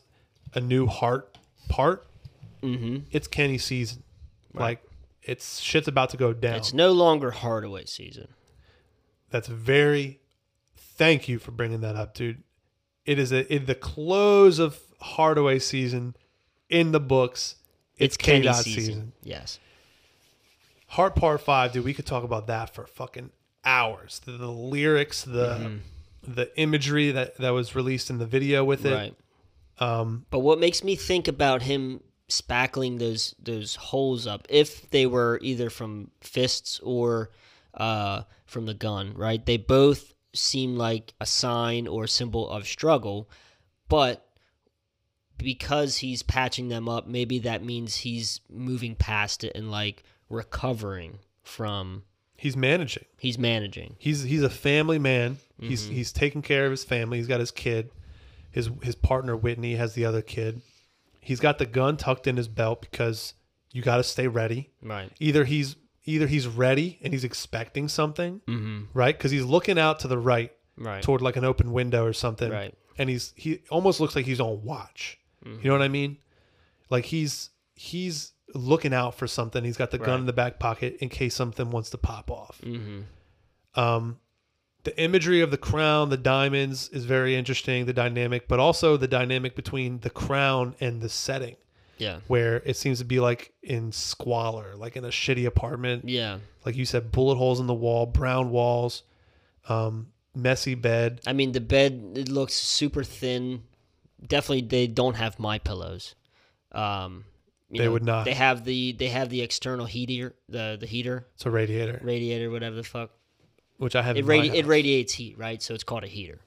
Speaker 3: a new heart part,
Speaker 4: Mm-hmm.
Speaker 3: it's Kenny season. Like it's shit's about to go down.
Speaker 4: It's no longer Hardaway season.
Speaker 3: That's very. Thank you for bringing that up, dude. It is a, in the close of Hardaway season in the books. It's,
Speaker 4: It's
Speaker 3: K
Speaker 4: Kenny
Speaker 3: dot
Speaker 4: season.
Speaker 3: season.
Speaker 4: Yes.
Speaker 3: Heart Part Five, dude. We could talk about that for fucking hours. The, the lyrics, the the imagery that that was released in the video with it.
Speaker 4: Mm-hmm. Right. Um, but what makes me think about him spackling those those holes up, if they were either from fists or uh, from the gun, right? They both seem like a sign or symbol of struggle, but because he's patching them up, maybe that means he's moving past it and like recovering from.
Speaker 3: He's managing.
Speaker 4: He's managing.
Speaker 3: He's he's a family man. He's he's taking care of his family. He's got his kid. His his partner Whitney has the other kid. He's got the gun tucked in his belt because you got to stay ready.
Speaker 4: Right.
Speaker 3: Either he's either he's ready and he's expecting something, right? Because he's looking out to the right,
Speaker 4: Right.
Speaker 3: toward like an open window or something,
Speaker 4: Right. Mm-hmm.
Speaker 3: And he's he almost looks like he's on watch. You know what I mean? Like he's he's looking out for something. He's got the gun in the back pocket in case something wants to pop off.
Speaker 4: Mm-hmm.
Speaker 3: Um, the imagery of the crown, the diamonds is very interesting. The dynamic, but also the dynamic between the crown and the setting,
Speaker 4: Yeah.
Speaker 3: where it seems to be like in squalor, like in a shitty apartment
Speaker 4: Yeah.
Speaker 3: like you said, bullet holes in the wall, brown walls, um, messy bed.
Speaker 4: I mean, the bed it looks super thin. Definitely, they don't have my pillows. Um, you
Speaker 3: They
Speaker 4: know,
Speaker 3: would not.
Speaker 4: They have the they have the external heater, the the heater,
Speaker 3: It's a radiator,
Speaker 4: radiator, whatever the fuck.
Speaker 3: which I have.
Speaker 4: It
Speaker 3: in my
Speaker 4: radi- it
Speaker 3: house.
Speaker 4: radiates heat, right? So it's called a heater.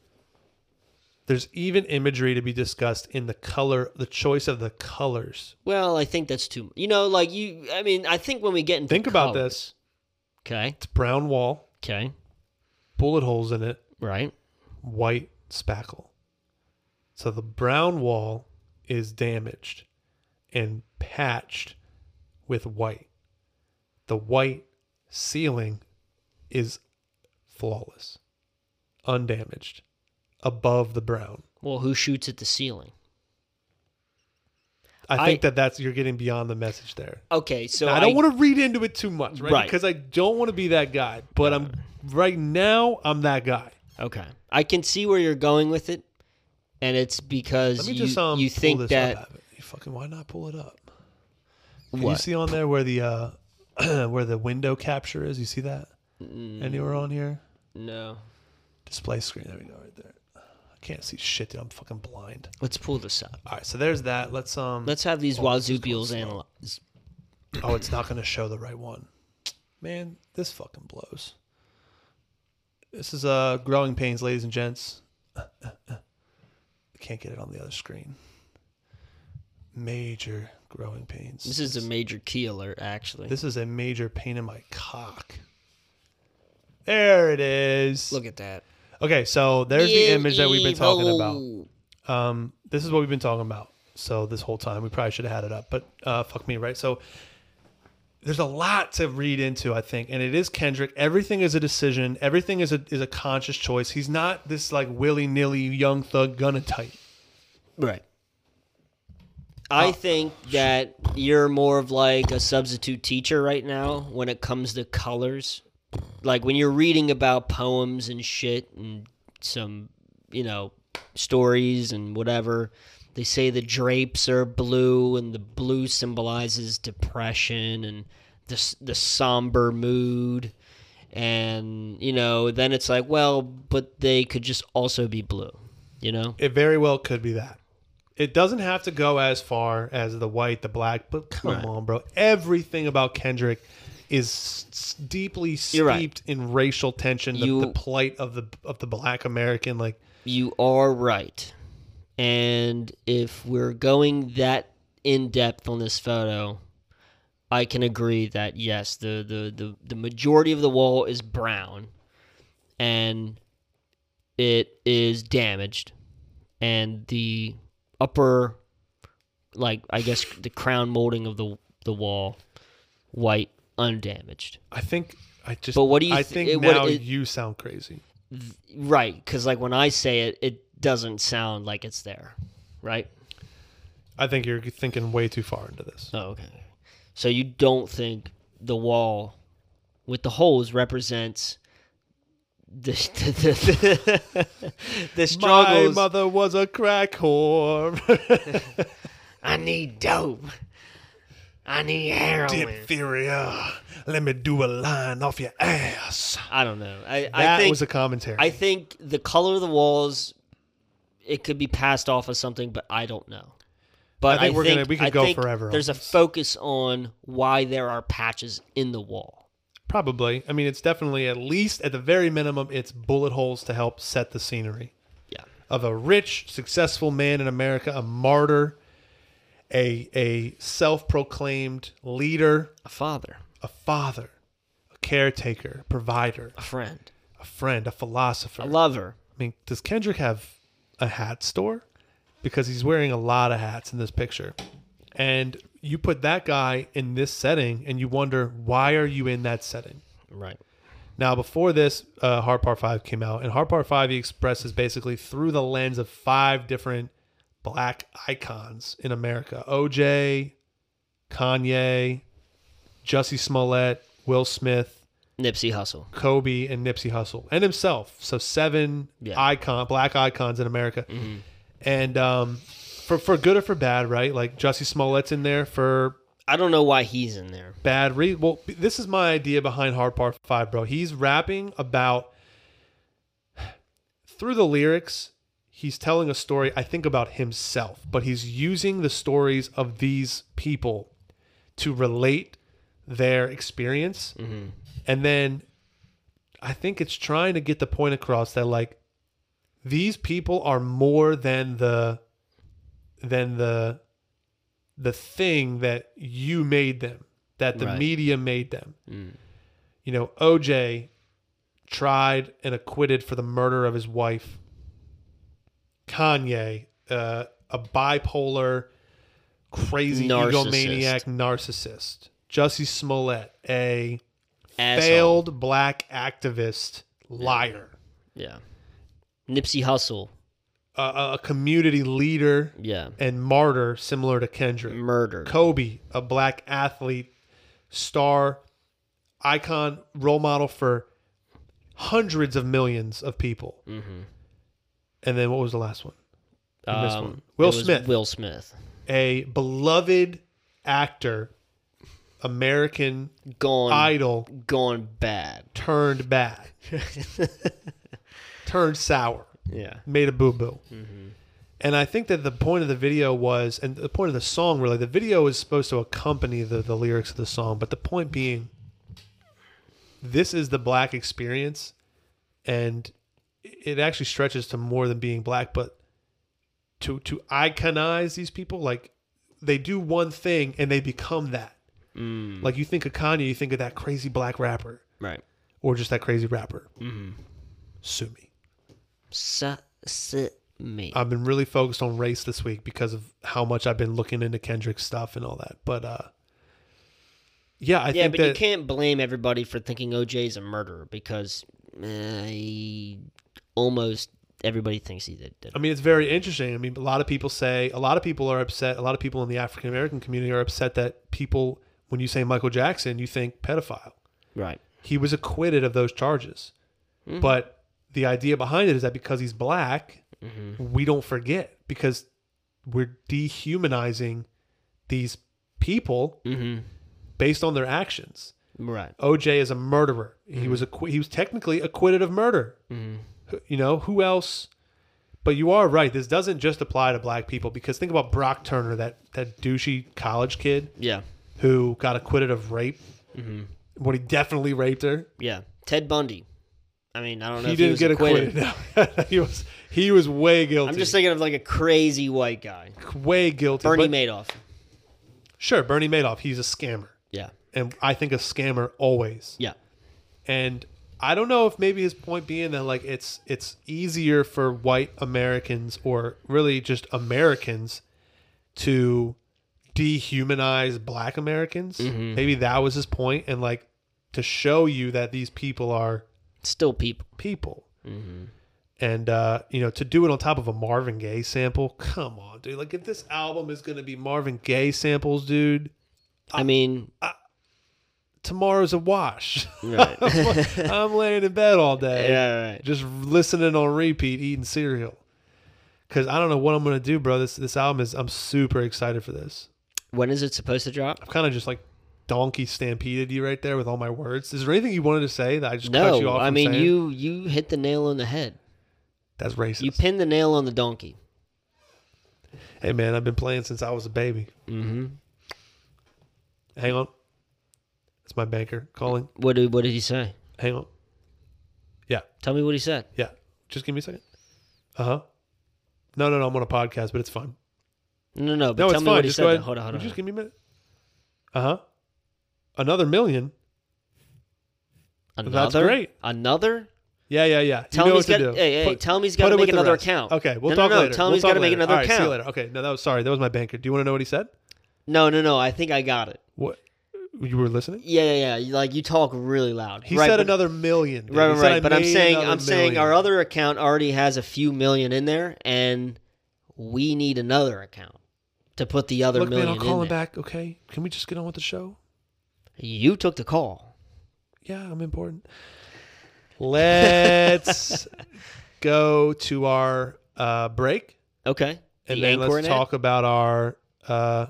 Speaker 3: There's even imagery to be discussed in the color, the choice of the colors.
Speaker 4: Well, I think that's too. You know, like you. I mean, I think when we get into
Speaker 3: Think about
Speaker 4: color-
Speaker 3: this:
Speaker 4: Okay.
Speaker 3: it's brown wall,
Speaker 4: Okay.
Speaker 3: bullet holes in it,
Speaker 4: Right.
Speaker 3: white spackle. So the brown wall is damaged and patched with white. the white ceiling is flawless, undamaged, above the brown.
Speaker 4: Well, who shoots at the ceiling?
Speaker 3: I think
Speaker 4: I-
Speaker 3: that that's you're getting beyond the message there.
Speaker 4: Okay, so
Speaker 3: Now, I don't want to read into it too much, right?
Speaker 4: Right.
Speaker 3: Because I don't want to be that guy. But I'm right now. I'm that guy.
Speaker 4: Okay, I can see where you're going with it, and it's
Speaker 3: Let
Speaker 4: because
Speaker 3: me
Speaker 4: you
Speaker 3: just um
Speaker 4: you
Speaker 3: pull
Speaker 4: think
Speaker 3: this
Speaker 4: that
Speaker 3: up. Evan. You fucking why not pull it up? Can you
Speaker 4: what?
Speaker 3: see on there where the uh where the window capture is? You see that anywhere on here?
Speaker 4: no,
Speaker 3: Display screen. There we go, right there. I can't see shit, dude. I'm fucking blind.
Speaker 4: let's pull this up.
Speaker 3: All right, so there's that. Let's um.
Speaker 4: Let's have these Wazoo Beals analyzed.
Speaker 3: oh, it's not gonna show the right one. Man, this fucking blows. This is uh growing pains, ladies and gents. Can't get it on the other screen. Major growing pains.
Speaker 4: This is a major key alert, actually.
Speaker 3: This is a major pain in my cock. There it is.
Speaker 4: Look at that. E,
Speaker 3: Okay, so there's the image that we've been talking about.
Speaker 4: Evil.
Speaker 3: Um, this is what we've been talking about. So this whole time, we probably should have had it up, but uh, fuck me, right? So there's a lot to read into, I think, and it is Kendrick. Everything is a decision. Everything is a is a conscious choice. He's not this like willy nilly young thug gunna type.
Speaker 4: Right. I think that you're more of like a substitute teacher right now when it comes to colors. Like when you're reading about poems and shit and some, you know, stories and whatever, they say the drapes are blue and the blue symbolizes depression and the s- the somber mood and you know, then it's like, well, but they could just also be blue, you know?
Speaker 3: It very well could be that. It doesn't have to go as far as the white, the black, but come
Speaker 4: Right.
Speaker 3: on, bro. Everything about Kendrick is s- s- deeply steeped
Speaker 4: You're right.
Speaker 3: in racial tension, the,
Speaker 4: You-
Speaker 3: the plight of the of the black American. Like,
Speaker 4: You are right. And if we're going that in depth on this photo, I can agree that yes, the the the, the majority of the wall is brown and it is damaged and the upper like I guess the crown molding of the the wall white undamaged.
Speaker 3: I think I just.
Speaker 4: But what do you
Speaker 3: I
Speaker 4: th-
Speaker 3: think
Speaker 4: it- what
Speaker 3: now
Speaker 4: it-
Speaker 3: you sound crazy.
Speaker 4: Right, cuz like when I say it it doesn't sound like it's there, right?
Speaker 3: I think you're thinking way too far into this.
Speaker 4: Oh, okay. So you don't think the wall with the holes represents the the, the, the, struggles?
Speaker 3: My mother was a crack whore.
Speaker 4: I need dope. I need heroin.
Speaker 3: Inferior. Let me do a line off your ass.
Speaker 4: I don't know. I, I
Speaker 3: That
Speaker 4: think
Speaker 3: was a commentary.
Speaker 4: I think the color of the walls it could be passed off as something, but I don't know. But
Speaker 3: I think we're gonna- we could
Speaker 4: I
Speaker 3: go
Speaker 4: think
Speaker 3: forever on
Speaker 4: There's a
Speaker 3: this.
Speaker 4: focus on why there are patches in the wall.
Speaker 3: Probably. I mean, it's definitely at least at the very minimum, it's bullet holes to help set the scenery
Speaker 4: Yeah.
Speaker 3: of a rich, successful man in America, a martyr, a a self-proclaimed leader,
Speaker 4: A father,
Speaker 3: a father, a caretaker, provider,
Speaker 4: a friend,
Speaker 3: a friend, a philosopher.
Speaker 4: a lover.
Speaker 3: I mean, does Kendrick have a hat store? Because he's wearing a lot of hats in this picture. And you put that guy in this setting and you wonder why are you in that setting?
Speaker 4: Right.
Speaker 3: Now, before this, uh, Hard Part 5 came out, and Hard Part 5 he expresses basically through the lens of five different black icons in America OJ, Kanye, Jussie Smollett, Will Smith,
Speaker 4: Nipsey Hussle.
Speaker 3: Kobe, and Nipsey Hussle, and himself. So, seven
Speaker 4: Yeah.
Speaker 3: icon black icons in America. And um, for, for good or for bad, right? Like Jussie Smollett's in there for
Speaker 4: I don't know why he's in there.
Speaker 3: bad read. Well, b- this is my idea behind Hard Part Five, bro. He's rapping about through the lyrics. He's telling a story, I think, about himself, but he's using the stories of these people to relate their experience. And then I think it's trying to get the point across that, like, these people are more than the than the the thing that you made them that the
Speaker 4: Right.
Speaker 3: media made them you know oj tried and acquitted for the murder of his wife kanye uh, a bipolar crazy
Speaker 4: Narcissist.
Speaker 3: egomaniac narcissist Jussie Smollett, a
Speaker 4: Asshole.
Speaker 3: failed black activist, liar,
Speaker 4: Yeah. Nipsey Hussle.
Speaker 3: a, a community leader
Speaker 4: Yeah.
Speaker 3: and martyr similar to Kendrick.
Speaker 4: Murdered.
Speaker 3: Kobe, a black athlete, star, icon, role model for hundreds of millions of people.
Speaker 4: Mm-hmm.
Speaker 3: And then what was the last one? I missed one. Will
Speaker 4: Um, it was
Speaker 3: Smith.
Speaker 4: Will Smith.
Speaker 3: A beloved actor, American
Speaker 4: Gone.
Speaker 3: idol,
Speaker 4: gone bad.
Speaker 3: turned bad, turned sour.
Speaker 4: Yeah.
Speaker 3: made a boo boo. And I think that the point of the video was, and the point of the song really, the video is supposed to accompany the, the lyrics of the song, but the point being, this is the black experience, and it actually stretches to more than being black, but to to iconize these people, like they do one thing and they become that. Like you think of Kanye, you think of that crazy black rapper,
Speaker 4: Right.
Speaker 3: or just that crazy rapper. Sue me.
Speaker 4: Su- su- me.
Speaker 3: I've been really focused on race this week because of how much I've been looking into Kendrick's stuff and all that. But uh yeah, I
Speaker 4: yeah,
Speaker 3: think
Speaker 4: but
Speaker 3: that
Speaker 4: you can't blame everybody for thinking OJ's a murderer because uh, he almost everybody thinks he did. did.
Speaker 3: I mean it's very interesting. I mean, a lot of people say a lot of people are upset. A lot of people in the African American community are upset that people when you say Michael Jackson, you think pedophile.
Speaker 4: Right.
Speaker 3: He was acquitted of those charges. But the idea behind it is that because he's black, we don't forget because we're dehumanizing these people based on their actions.
Speaker 4: Right.
Speaker 3: OJ is a murderer. He was acqu- he was technically acquitted of murder. Who- You know who else? But you are right. This doesn't just apply to black people because think about Brock Turner, that that douchey college kid
Speaker 4: Yeah.
Speaker 3: who got acquitted of rape. When he definitely raped her,
Speaker 4: Yeah. Ted Bundy. I mean, I don't know.
Speaker 3: he
Speaker 4: if
Speaker 3: didn't
Speaker 4: was
Speaker 3: get
Speaker 4: acquitted.
Speaker 3: acquitted. No. he was he was way guilty.
Speaker 4: I'm just thinking of like a crazy white guy,
Speaker 3: way guilty.
Speaker 4: Bernie
Speaker 3: But-
Speaker 4: Madoff.
Speaker 3: sure, Bernie Madoff. He's a scammer,
Speaker 4: Yeah.
Speaker 3: and I think a scammer always.
Speaker 4: Yeah.
Speaker 3: and I don't know if maybe his point being that like it's it's easier for white Americans or really just Americans to dehumanize black Americans.
Speaker 4: Mm-hmm.
Speaker 3: Maybe that was his point and like to show you that these people are
Speaker 4: Still people.
Speaker 3: people.
Speaker 4: Mm-hmm.
Speaker 3: And uh, you know, to do it on top of a Marvin Gaye sample, come on, dude. Like if this album is going to be Marvin Gaye samples, dude,
Speaker 4: I mean,
Speaker 3: tomorrow's a wash.
Speaker 4: right.
Speaker 3: I'm laying in bed all day.
Speaker 4: yeah, right.
Speaker 3: just listening on repeat, eating cereal. Cause I don't know what I'm gonna do, bro. This this album is I'm super excited for this.
Speaker 4: When is it supposed to drop?
Speaker 3: I've kind of just like donkey stampeded you right there with all my words. Is there anything you wanted to say that I just cut you
Speaker 4: No,
Speaker 3: off?
Speaker 4: I
Speaker 3: from
Speaker 4: mean
Speaker 3: saying?
Speaker 4: you you hit the nail on the head.
Speaker 3: That's racist.
Speaker 4: You pinned the nail on the donkey.
Speaker 3: hey man, I've been playing since I was a baby. Mm-hmm. Hang on, it's my banker calling.
Speaker 4: What did what did he say?
Speaker 3: Hang on. Yeah,
Speaker 4: Tell me what he said.
Speaker 3: yeah. Just give me a second. Uh huh. No, no, no. I'm on a podcast, but it's fine.
Speaker 4: No, no, but
Speaker 3: No,
Speaker 4: tell
Speaker 3: it's
Speaker 4: me
Speaker 3: fine.
Speaker 4: what he
Speaker 3: Just
Speaker 4: said.
Speaker 3: go ahead.
Speaker 4: Hold on, hold
Speaker 3: You
Speaker 4: on.
Speaker 3: Just give me a minute. Uh huh. Another million.
Speaker 4: another,
Speaker 3: that's great.
Speaker 4: Another.
Speaker 3: Yeah, yeah, yeah. You
Speaker 4: Tell
Speaker 3: know
Speaker 4: him
Speaker 3: what
Speaker 4: he's
Speaker 3: to
Speaker 4: got.
Speaker 3: do.
Speaker 4: Hey, hey,
Speaker 3: Put-
Speaker 4: tell him he's
Speaker 3: put
Speaker 4: got to
Speaker 3: it with
Speaker 4: make
Speaker 3: the
Speaker 4: another
Speaker 3: rest.
Speaker 4: account.
Speaker 3: Okay, we'll
Speaker 4: no,
Speaker 3: talk
Speaker 4: no, no,
Speaker 3: later.
Speaker 4: Tell him
Speaker 3: We'll
Speaker 4: he's got to
Speaker 3: talk
Speaker 4: make
Speaker 3: later.
Speaker 4: another
Speaker 3: All right,
Speaker 4: account.
Speaker 3: See you later. Okay, no, that was sorry. That was my banker. Do you want to know what he said?
Speaker 4: No, no, no. I think I got it.
Speaker 3: What you were listening?
Speaker 4: Yeah, yeah, yeah. You- Like you talk really loud.
Speaker 3: He
Speaker 4: right,
Speaker 3: said
Speaker 4: but-
Speaker 3: another million. dude.
Speaker 4: Right,
Speaker 3: He
Speaker 4: right,
Speaker 3: said I
Speaker 4: right. But I'm
Speaker 3: made
Speaker 4: saying, I'm
Speaker 3: another
Speaker 4: saying, our
Speaker 3: million.
Speaker 4: other account already has a few million in there, and we need another account to put the other
Speaker 3: Look, man,
Speaker 4: million
Speaker 3: I'll call
Speaker 4: in
Speaker 3: him
Speaker 4: there.
Speaker 3: back. Okay, can we just get on with the show?
Speaker 4: You took the call.
Speaker 3: Yeah, I'm important. Let's go to our uh, break,
Speaker 4: Okay.
Speaker 3: and
Speaker 4: The
Speaker 3: then
Speaker 4: Anchor
Speaker 3: let's
Speaker 4: ad?
Speaker 3: talk about our uh,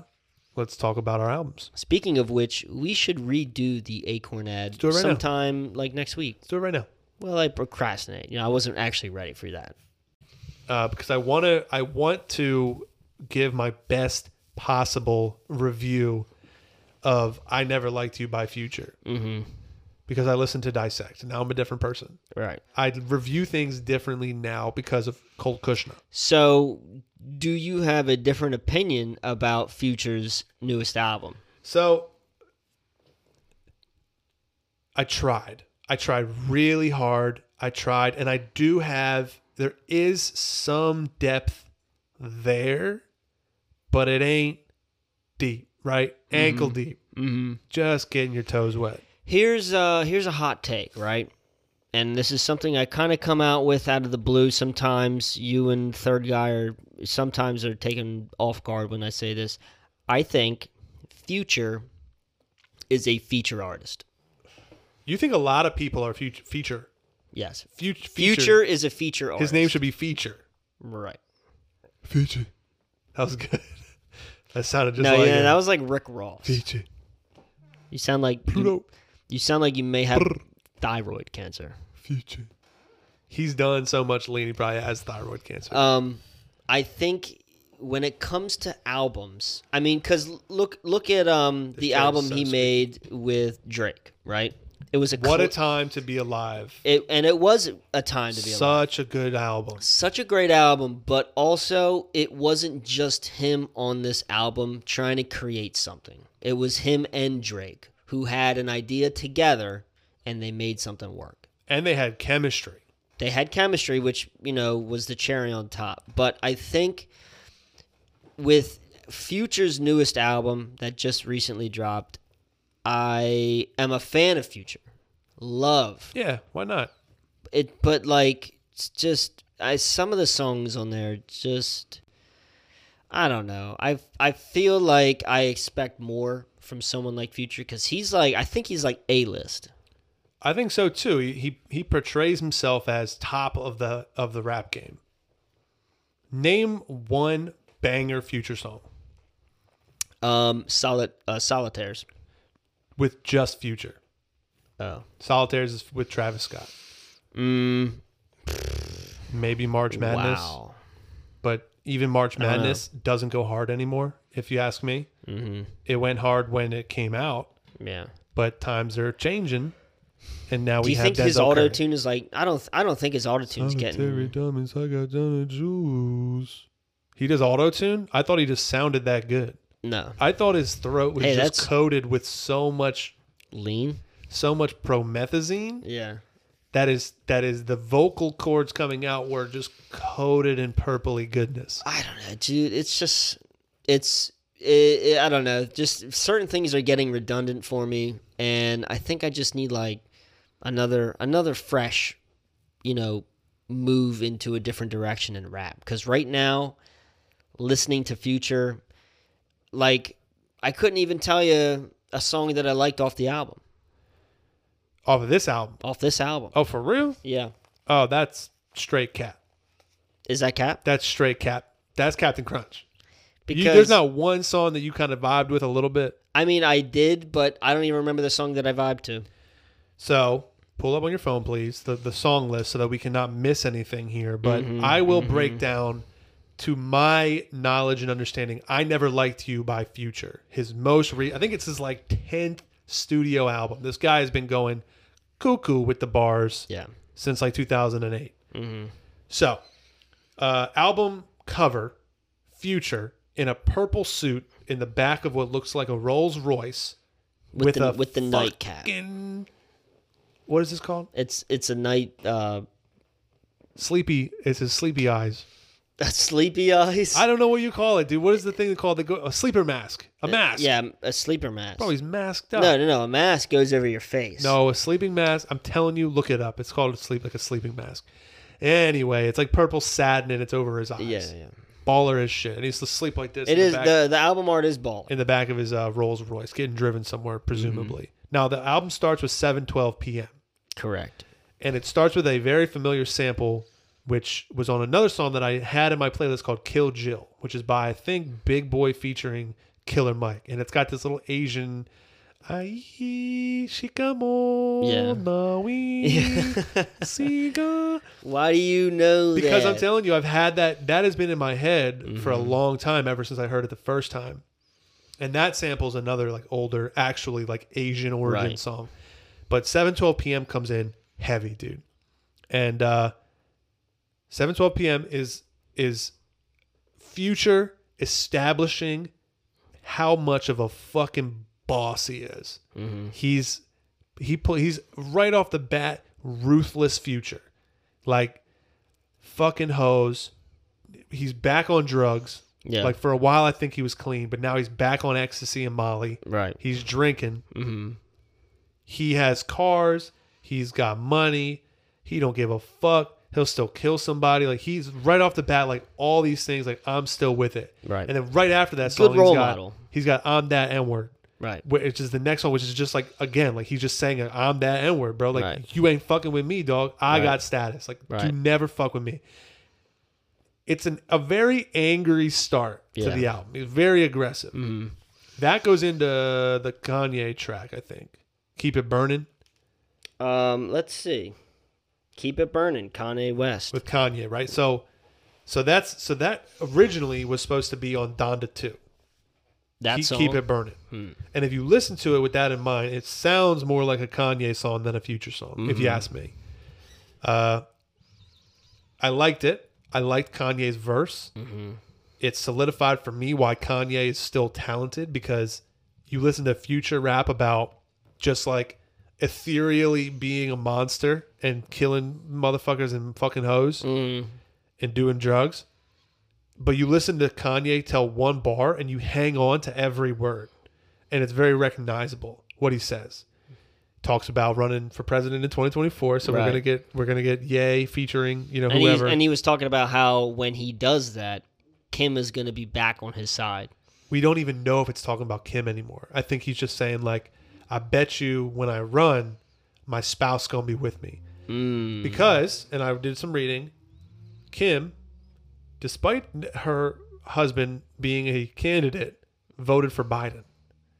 Speaker 3: let's talk about our albums.
Speaker 4: Speaking of which, we should redo the Acorn ad
Speaker 3: do it right now.
Speaker 4: sometime like next week.
Speaker 3: Let's do it right now.
Speaker 4: Well, I procrastinate. You know, I wasn't actually ready for that.
Speaker 3: uh, because I want to I want to give my best possible review of I Never Liked You by Future. Mm-hmm. Because I listened to Dissect. Now I'm a different person.
Speaker 4: Right.
Speaker 3: I review things differently now because of Colt Kushner.
Speaker 4: So, do you have a different opinion about Future's newest album?
Speaker 3: So I tried. I tried really hard. I tried and I do have there is some depth
Speaker 4: Mm-hmm.
Speaker 3: there, but it ain't deep, right? Ankle deep. Just getting your toes wet.
Speaker 4: Here's uh here's a hot take, right? And this is something I kind of come out with out of the blue. Sometimes you and third guy are sometimes are taken off guard when I say this. I think Future is a feature artist.
Speaker 3: You think a lot of people are future feature
Speaker 4: Yes,
Speaker 3: future
Speaker 4: Future, is a feature artist.
Speaker 3: His name should be feature.
Speaker 4: right.
Speaker 3: Future. That was good. That sounded just
Speaker 4: No,
Speaker 3: like
Speaker 4: yeah,
Speaker 3: him.
Speaker 4: that was like Rick Ross.
Speaker 3: feature.
Speaker 4: You sound like you,
Speaker 3: Pluto.
Speaker 4: you sound like you may have thyroid cancer.
Speaker 3: Future. He's done so much lean. He probably has thyroid cancer.
Speaker 4: Um, I think when it comes to albums, I mean, because look, look at um
Speaker 3: show
Speaker 4: the
Speaker 3: is
Speaker 4: album
Speaker 3: so
Speaker 4: he
Speaker 3: sweet.
Speaker 4: made with Drake, right? It was a
Speaker 3: what
Speaker 4: cl-
Speaker 3: a time to be alive.
Speaker 4: it, and it was a time to be alive.
Speaker 3: Such a good album.
Speaker 4: Such a great album, but also it wasn't just him on this album trying to create something. It was him and Drake who had an idea together, and they made something work.
Speaker 3: And they had chemistry.
Speaker 4: they had chemistry, which you know was the cherry on top. But I think with Future's newest album that just recently dropped, I am a fan of Future. Love
Speaker 3: Yeah, why not?
Speaker 4: it, but like it's just I some of the songs on there just I don't know. I I feel like I expect more from someone like Future because he's like I think he's like a list.
Speaker 3: I think so too. He, he he portrays himself as top of the of the rap game. Name one banger future song
Speaker 4: Um, solid uh, solitaires.
Speaker 3: with just future.
Speaker 4: Oh.
Speaker 3: Solitaires is with Travis Scott.
Speaker 4: Mm,
Speaker 3: Maybe March Madness.
Speaker 4: Wow.
Speaker 3: but even March Madness doesn't go hard anymore, if you ask me. Mm-hmm. It went hard when it came out,
Speaker 4: Yeah.
Speaker 3: but times are changing, and now
Speaker 4: Do
Speaker 3: we
Speaker 4: you
Speaker 3: have
Speaker 4: think his
Speaker 3: Denzel
Speaker 4: auto
Speaker 3: Curry. Oh,
Speaker 4: tune is like? I don't. I don't think his auto tune's
Speaker 3: Solitary
Speaker 4: getting.
Speaker 2: Diamonds, I got down to jewels.
Speaker 3: He does auto tune. I thought he just sounded that good.
Speaker 4: No,
Speaker 3: I thought his throat was
Speaker 4: Hey,
Speaker 3: just
Speaker 4: that's-
Speaker 3: coated with so much,
Speaker 4: lean.
Speaker 3: so much promethazine
Speaker 4: Yeah.
Speaker 3: that is that is the vocal cords coming out were just coated in purpley goodness.
Speaker 4: I don't know, dude. It's just. It's. It, it, I don't know. Just certain things are getting redundant for me, and I think I just need like another another fresh, you know, move into a different direction in rap. Because right now, listening to Future, like I couldn't even tell you a song that I liked off the album,
Speaker 3: Off of this album.
Speaker 4: off this album.
Speaker 3: Oh, for real?
Speaker 4: Yeah.
Speaker 3: Oh, that's straight cap.
Speaker 4: Is that Cap?
Speaker 3: That's straight cap. That's Captain Crunch. You, there's not one song that you kind of vibed with a little bit.
Speaker 4: I mean, I did, but I don't even remember the song that I vibed to.
Speaker 3: So pull up on your phone, please, the, the song list so that we cannot miss anything here. But I will break down to my knowledge and understanding. I never liked you by Future. His most re I think it's his like tenth studio album. This guy has been going cuckoo with the bars
Speaker 4: Yeah.
Speaker 3: since like 2008.
Speaker 4: Mm-hmm.
Speaker 3: So, uh, album cover, Future in a purple suit in the back of what looks like a Rolls Royce
Speaker 4: With,
Speaker 3: With
Speaker 4: the
Speaker 3: a
Speaker 4: with the nightcap.
Speaker 3: in what is this called?
Speaker 4: It's it's a night uh
Speaker 3: Sleepy. It's his sleepy eyes.
Speaker 4: sleepy eyes.
Speaker 3: I don't know what you call it, dude. What is the thing called? The go- a sleeper mask. A mask.
Speaker 4: Uh, Yeah, a sleeper mask.
Speaker 3: Bro, he's masked up.
Speaker 4: no, no, no. A mask goes over your face.
Speaker 3: No, a sleeping mask. I'm telling you, look it up. It's called a sleep like a sleeping mask. Anyway, it's like purple satin and it's over his eyes.
Speaker 4: Yeah, yeah.
Speaker 3: Baller as shit. And he's to sleep like this.
Speaker 4: It
Speaker 3: in
Speaker 4: is
Speaker 3: the, back-
Speaker 4: the the album art is ball.
Speaker 3: in the back of his uh, Rolls Royce, getting driven somewhere,
Speaker 4: Mm-hmm.
Speaker 3: presumably. Now the album starts with 7:12 p.m.
Speaker 4: Correct.
Speaker 3: and it starts with a very familiar sample, which was on another song that I had in my playlist called "Kill Jill," which is by I think Big Boy featuring Killer Mike, and it's got this little Asian. Ay, she come on,
Speaker 4: Yeah.
Speaker 3: Maui, Siga.
Speaker 4: Why do you know
Speaker 3: Because
Speaker 4: that? Mm-hmm.
Speaker 3: I'm telling you, I've had that. That has been in my head for a long time, ever since I heard it the first time. And that samples another like older, actually like Asian origin
Speaker 4: Right.
Speaker 3: song. But 7:12 p.m. comes in heavy, dude. And uh 7:12 p.m. is is future establishing how much of a fucking boss he is. He's he pl- he's right off the bat ruthless future. Like fucking hose. He's back on drugs.
Speaker 4: Yeah.
Speaker 3: Like for a while, I think he was clean, but now he's back on ecstasy and Molly.
Speaker 4: right.
Speaker 3: He's drinking.
Speaker 4: hmm
Speaker 3: He has cars. He's got money. He don't give a fuck. He'll still kill somebody. Like he's right off the bat, like all these things. Like I'm still with it.
Speaker 4: Right.
Speaker 3: And then right after that song,
Speaker 4: role
Speaker 3: he's got,
Speaker 4: model.
Speaker 3: He's got I'm that N word,
Speaker 4: Right.
Speaker 3: which is the next one, which is just like again, like he's just saying like, I'm that N word, bro. Like
Speaker 4: Right.
Speaker 3: you ain't fucking with me, dog. I
Speaker 4: Right.
Speaker 3: got status. Like you
Speaker 4: Right.
Speaker 3: never fuck with me. It's an a very angry start to
Speaker 4: Yeah.
Speaker 3: the album. It's very aggressive.
Speaker 4: Mhm.
Speaker 3: That goes into the Kanye track, I think. Keep it burning
Speaker 4: Um, let's see. Keep it burning, Kanye West.
Speaker 3: with Kanye, right? So, so that's so that originally was supposed to be on Donda Two.
Speaker 4: That
Speaker 3: Keep,
Speaker 4: song.
Speaker 3: keep it burning. And if you listen to it with that in mind, it sounds more like a Kanye song than a Future song, if you ask me. Uh, I liked it. I liked Kanye's verse. It solidified for me why Kanye is still talented because you listen to Future rap about just like ethereally being a monster and killing motherfuckers and fucking hoes
Speaker 4: Mm,
Speaker 3: and doing drugs. But you listen to Kanye tell one bar and you hang on to every word. And it's very recognizable what he says. Talks about running for president in 2024, so
Speaker 4: Right.
Speaker 3: we're gonna get we're gonna get yay featuring you know
Speaker 4: and, he's,
Speaker 3: whoever.
Speaker 4: and he was talking about how when he does that, Kim is going to be back on his side.
Speaker 3: we don't even know if it's talking about Kim anymore. I think he's just saying like, I bet you when I run, my spouse gonna be with me
Speaker 4: Mm,
Speaker 3: because, and I did some reading. Kim, despite her husband being a candidate, voted for Biden.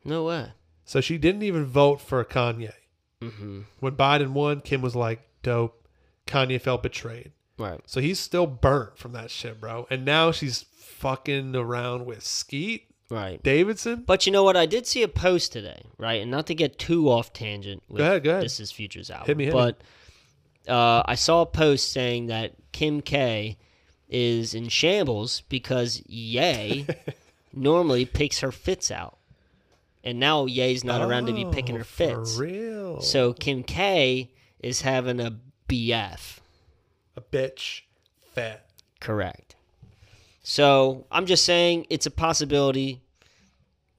Speaker 4: no way.
Speaker 3: So she didn't even vote for Kanye.
Speaker 4: hmm
Speaker 3: When Biden won, Kim was like, dope. Kanye felt betrayed.
Speaker 4: Right.
Speaker 3: So he's still burnt from that shit, bro. And now she's fucking around with Skeet
Speaker 4: Right.
Speaker 3: Davidson.
Speaker 4: But you know what? I did see a post today, right? And not to get too off tangent with
Speaker 3: ahead, go ahead.
Speaker 4: this is Futures album.
Speaker 3: Hit me, hit me.
Speaker 4: but Uh, I saw a post saying that Kim K is in shambles because Ye normally picks her fits out. And now Ye's not around to be picking her fits.
Speaker 3: Oh, For real.
Speaker 4: So Kim K is having a BF.
Speaker 3: a bitch fat.
Speaker 4: Correct. So I'm just saying it's a possibility.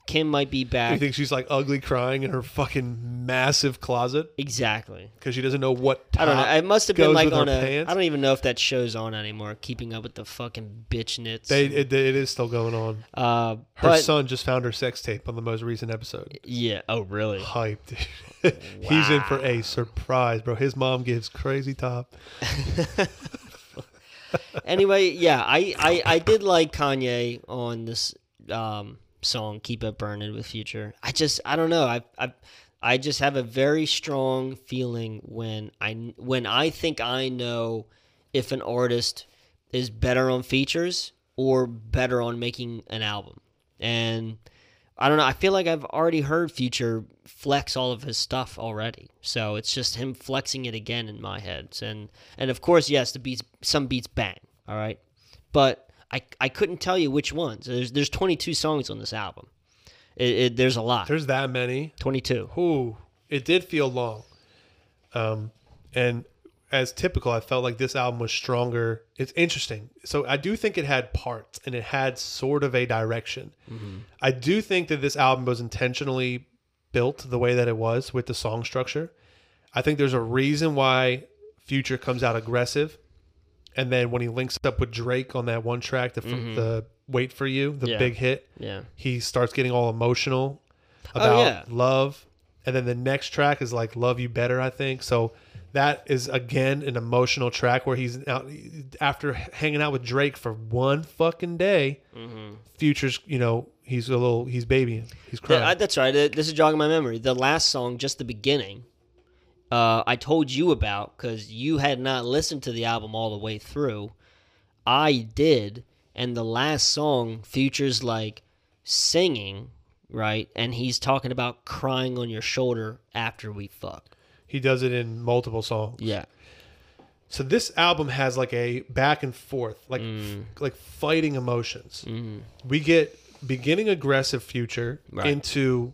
Speaker 4: Kim might be
Speaker 3: You
Speaker 4: back.
Speaker 3: think she's like ugly crying in her fucking massive closet
Speaker 4: Exactly.
Speaker 3: because she doesn't know what top
Speaker 4: I don't know. It must have been
Speaker 3: goes
Speaker 4: like
Speaker 3: with
Speaker 4: on
Speaker 3: her
Speaker 4: a.
Speaker 3: pants?
Speaker 4: I don't even know if that show's on anymore. Keeping up with the fucking bitch knits.
Speaker 3: They, it, it is still going on.
Speaker 4: uh,
Speaker 3: Her
Speaker 4: but,
Speaker 3: son just found her sex tape on the most recent episode.
Speaker 4: Yeah. Oh, really?
Speaker 3: Hype, dude. He's in for a surprise, bro. His mom gives crazy top.
Speaker 4: anyway, yeah. I, I I did like Kanye on this um song "Keep It Burning" with Future. I just I don't know. I I I just have a very strong feeling when I when I think I know if an artist is better on features or better on making an album and. I don't know. I feel like I've already heard Future flex all of his stuff already, so it's just him flexing it again in my head. And and of course, yes, the beats some beats bang, all right, but I I couldn't tell you which ones. There's there's 22 songs on this album. It, it, there's a lot.
Speaker 3: There's that many.
Speaker 4: 22.
Speaker 3: Ooh, it did feel long. Um, and as typical, I felt like this album was stronger. It's interesting. So I do think it had parts and it had sort of a direction.
Speaker 4: Mm-hmm.
Speaker 3: I do think that this album was intentionally built the way that it was with the song structure. I think there's a reason why Future comes out aggressive. And then when he links up with Drake on that one track, the, the Wait For You, the
Speaker 4: Mm-hmm. Yeah.
Speaker 3: big hit,
Speaker 4: Yeah.
Speaker 3: he starts getting all emotional about
Speaker 4: Oh, yeah.
Speaker 3: love and then the next track is like love you better i think so that is again an emotional track where he's out after hanging out with drake for one fucking day futures you know he's a little he's babying he's crying
Speaker 4: Mm-hmm. Yeah, I, that's right. Uh, This is jogging my memory. The last song, just the beginning, uh, I told you about because you had not listened to the album all the way through. I did, and the last song features like singing, right? And he's talking about crying on your shoulder after we fuck.
Speaker 3: he does it in multiple songs
Speaker 4: Yeah.
Speaker 3: so this album has like a back and forth like
Speaker 4: Mm.
Speaker 3: f- like fighting emotions we get beginning aggressive future
Speaker 4: Mm-hmm. Right.
Speaker 3: into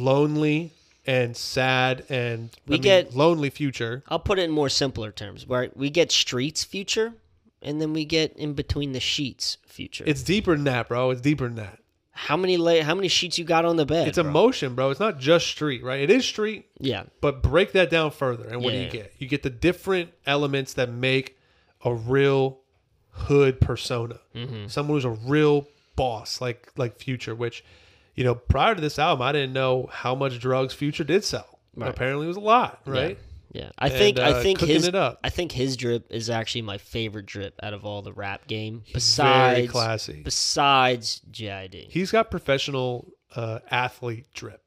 Speaker 3: lonely and sad and I
Speaker 4: We
Speaker 3: mean,
Speaker 4: get-
Speaker 3: lonely future
Speaker 4: I'll put it in more simpler terms, right? We get Streets Future and then we get in between the sheets future.
Speaker 3: It's deeper than that, bro. It's deeper than that.
Speaker 4: how many lay how many sheets you got on the bed?
Speaker 3: It's emotion, bro. It's not just street, right? It is street,
Speaker 4: yeah.
Speaker 3: but break that down further. And what do
Speaker 4: Yeah.
Speaker 3: you get? You get the different elements that make a real hood persona.
Speaker 4: Mm-hmm.
Speaker 3: Someone who's a real boss, like like Future. Which, you know, prior to this album, I didn't know how much drugs Future did sell.
Speaker 4: Right.
Speaker 3: Apparently, it was a lot, right?
Speaker 4: Yeah. I think
Speaker 3: uh,
Speaker 4: I think
Speaker 3: cooking
Speaker 4: his
Speaker 3: it up.
Speaker 4: I think his drip is actually my favorite drip out of all the rap game
Speaker 3: Very
Speaker 4: besides
Speaker 3: classy.
Speaker 4: besides JID.
Speaker 3: He's got professional uh, athlete drip.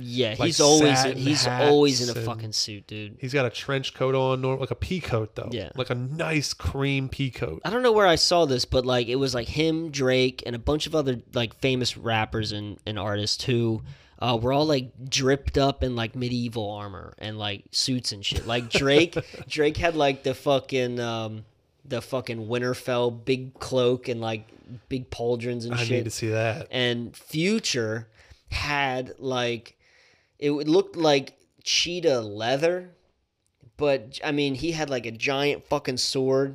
Speaker 4: Yeah,
Speaker 3: like
Speaker 4: he's always
Speaker 3: satin
Speaker 4: he's always in
Speaker 3: hats
Speaker 4: a
Speaker 3: and-
Speaker 4: fucking suit, dude.
Speaker 3: He's got a trench coat on, norm- like a pea coat though.
Speaker 4: Yeah.
Speaker 3: like a nice cream pea coat.
Speaker 4: I don't know where I saw this, but like it was like him, Drake, and a bunch of other like famous rappers and, and artists who uh, were all like dripped up in like medieval armor and like suits and shit. Like Drake, Drake had like the fucking um, the fucking Winterfell big cloak and like big pauldrons and
Speaker 3: I
Speaker 4: shit
Speaker 3: need to see that.
Speaker 4: and Future had like it would- looked like cheetah leather, but I mean he had like a giant fucking sword,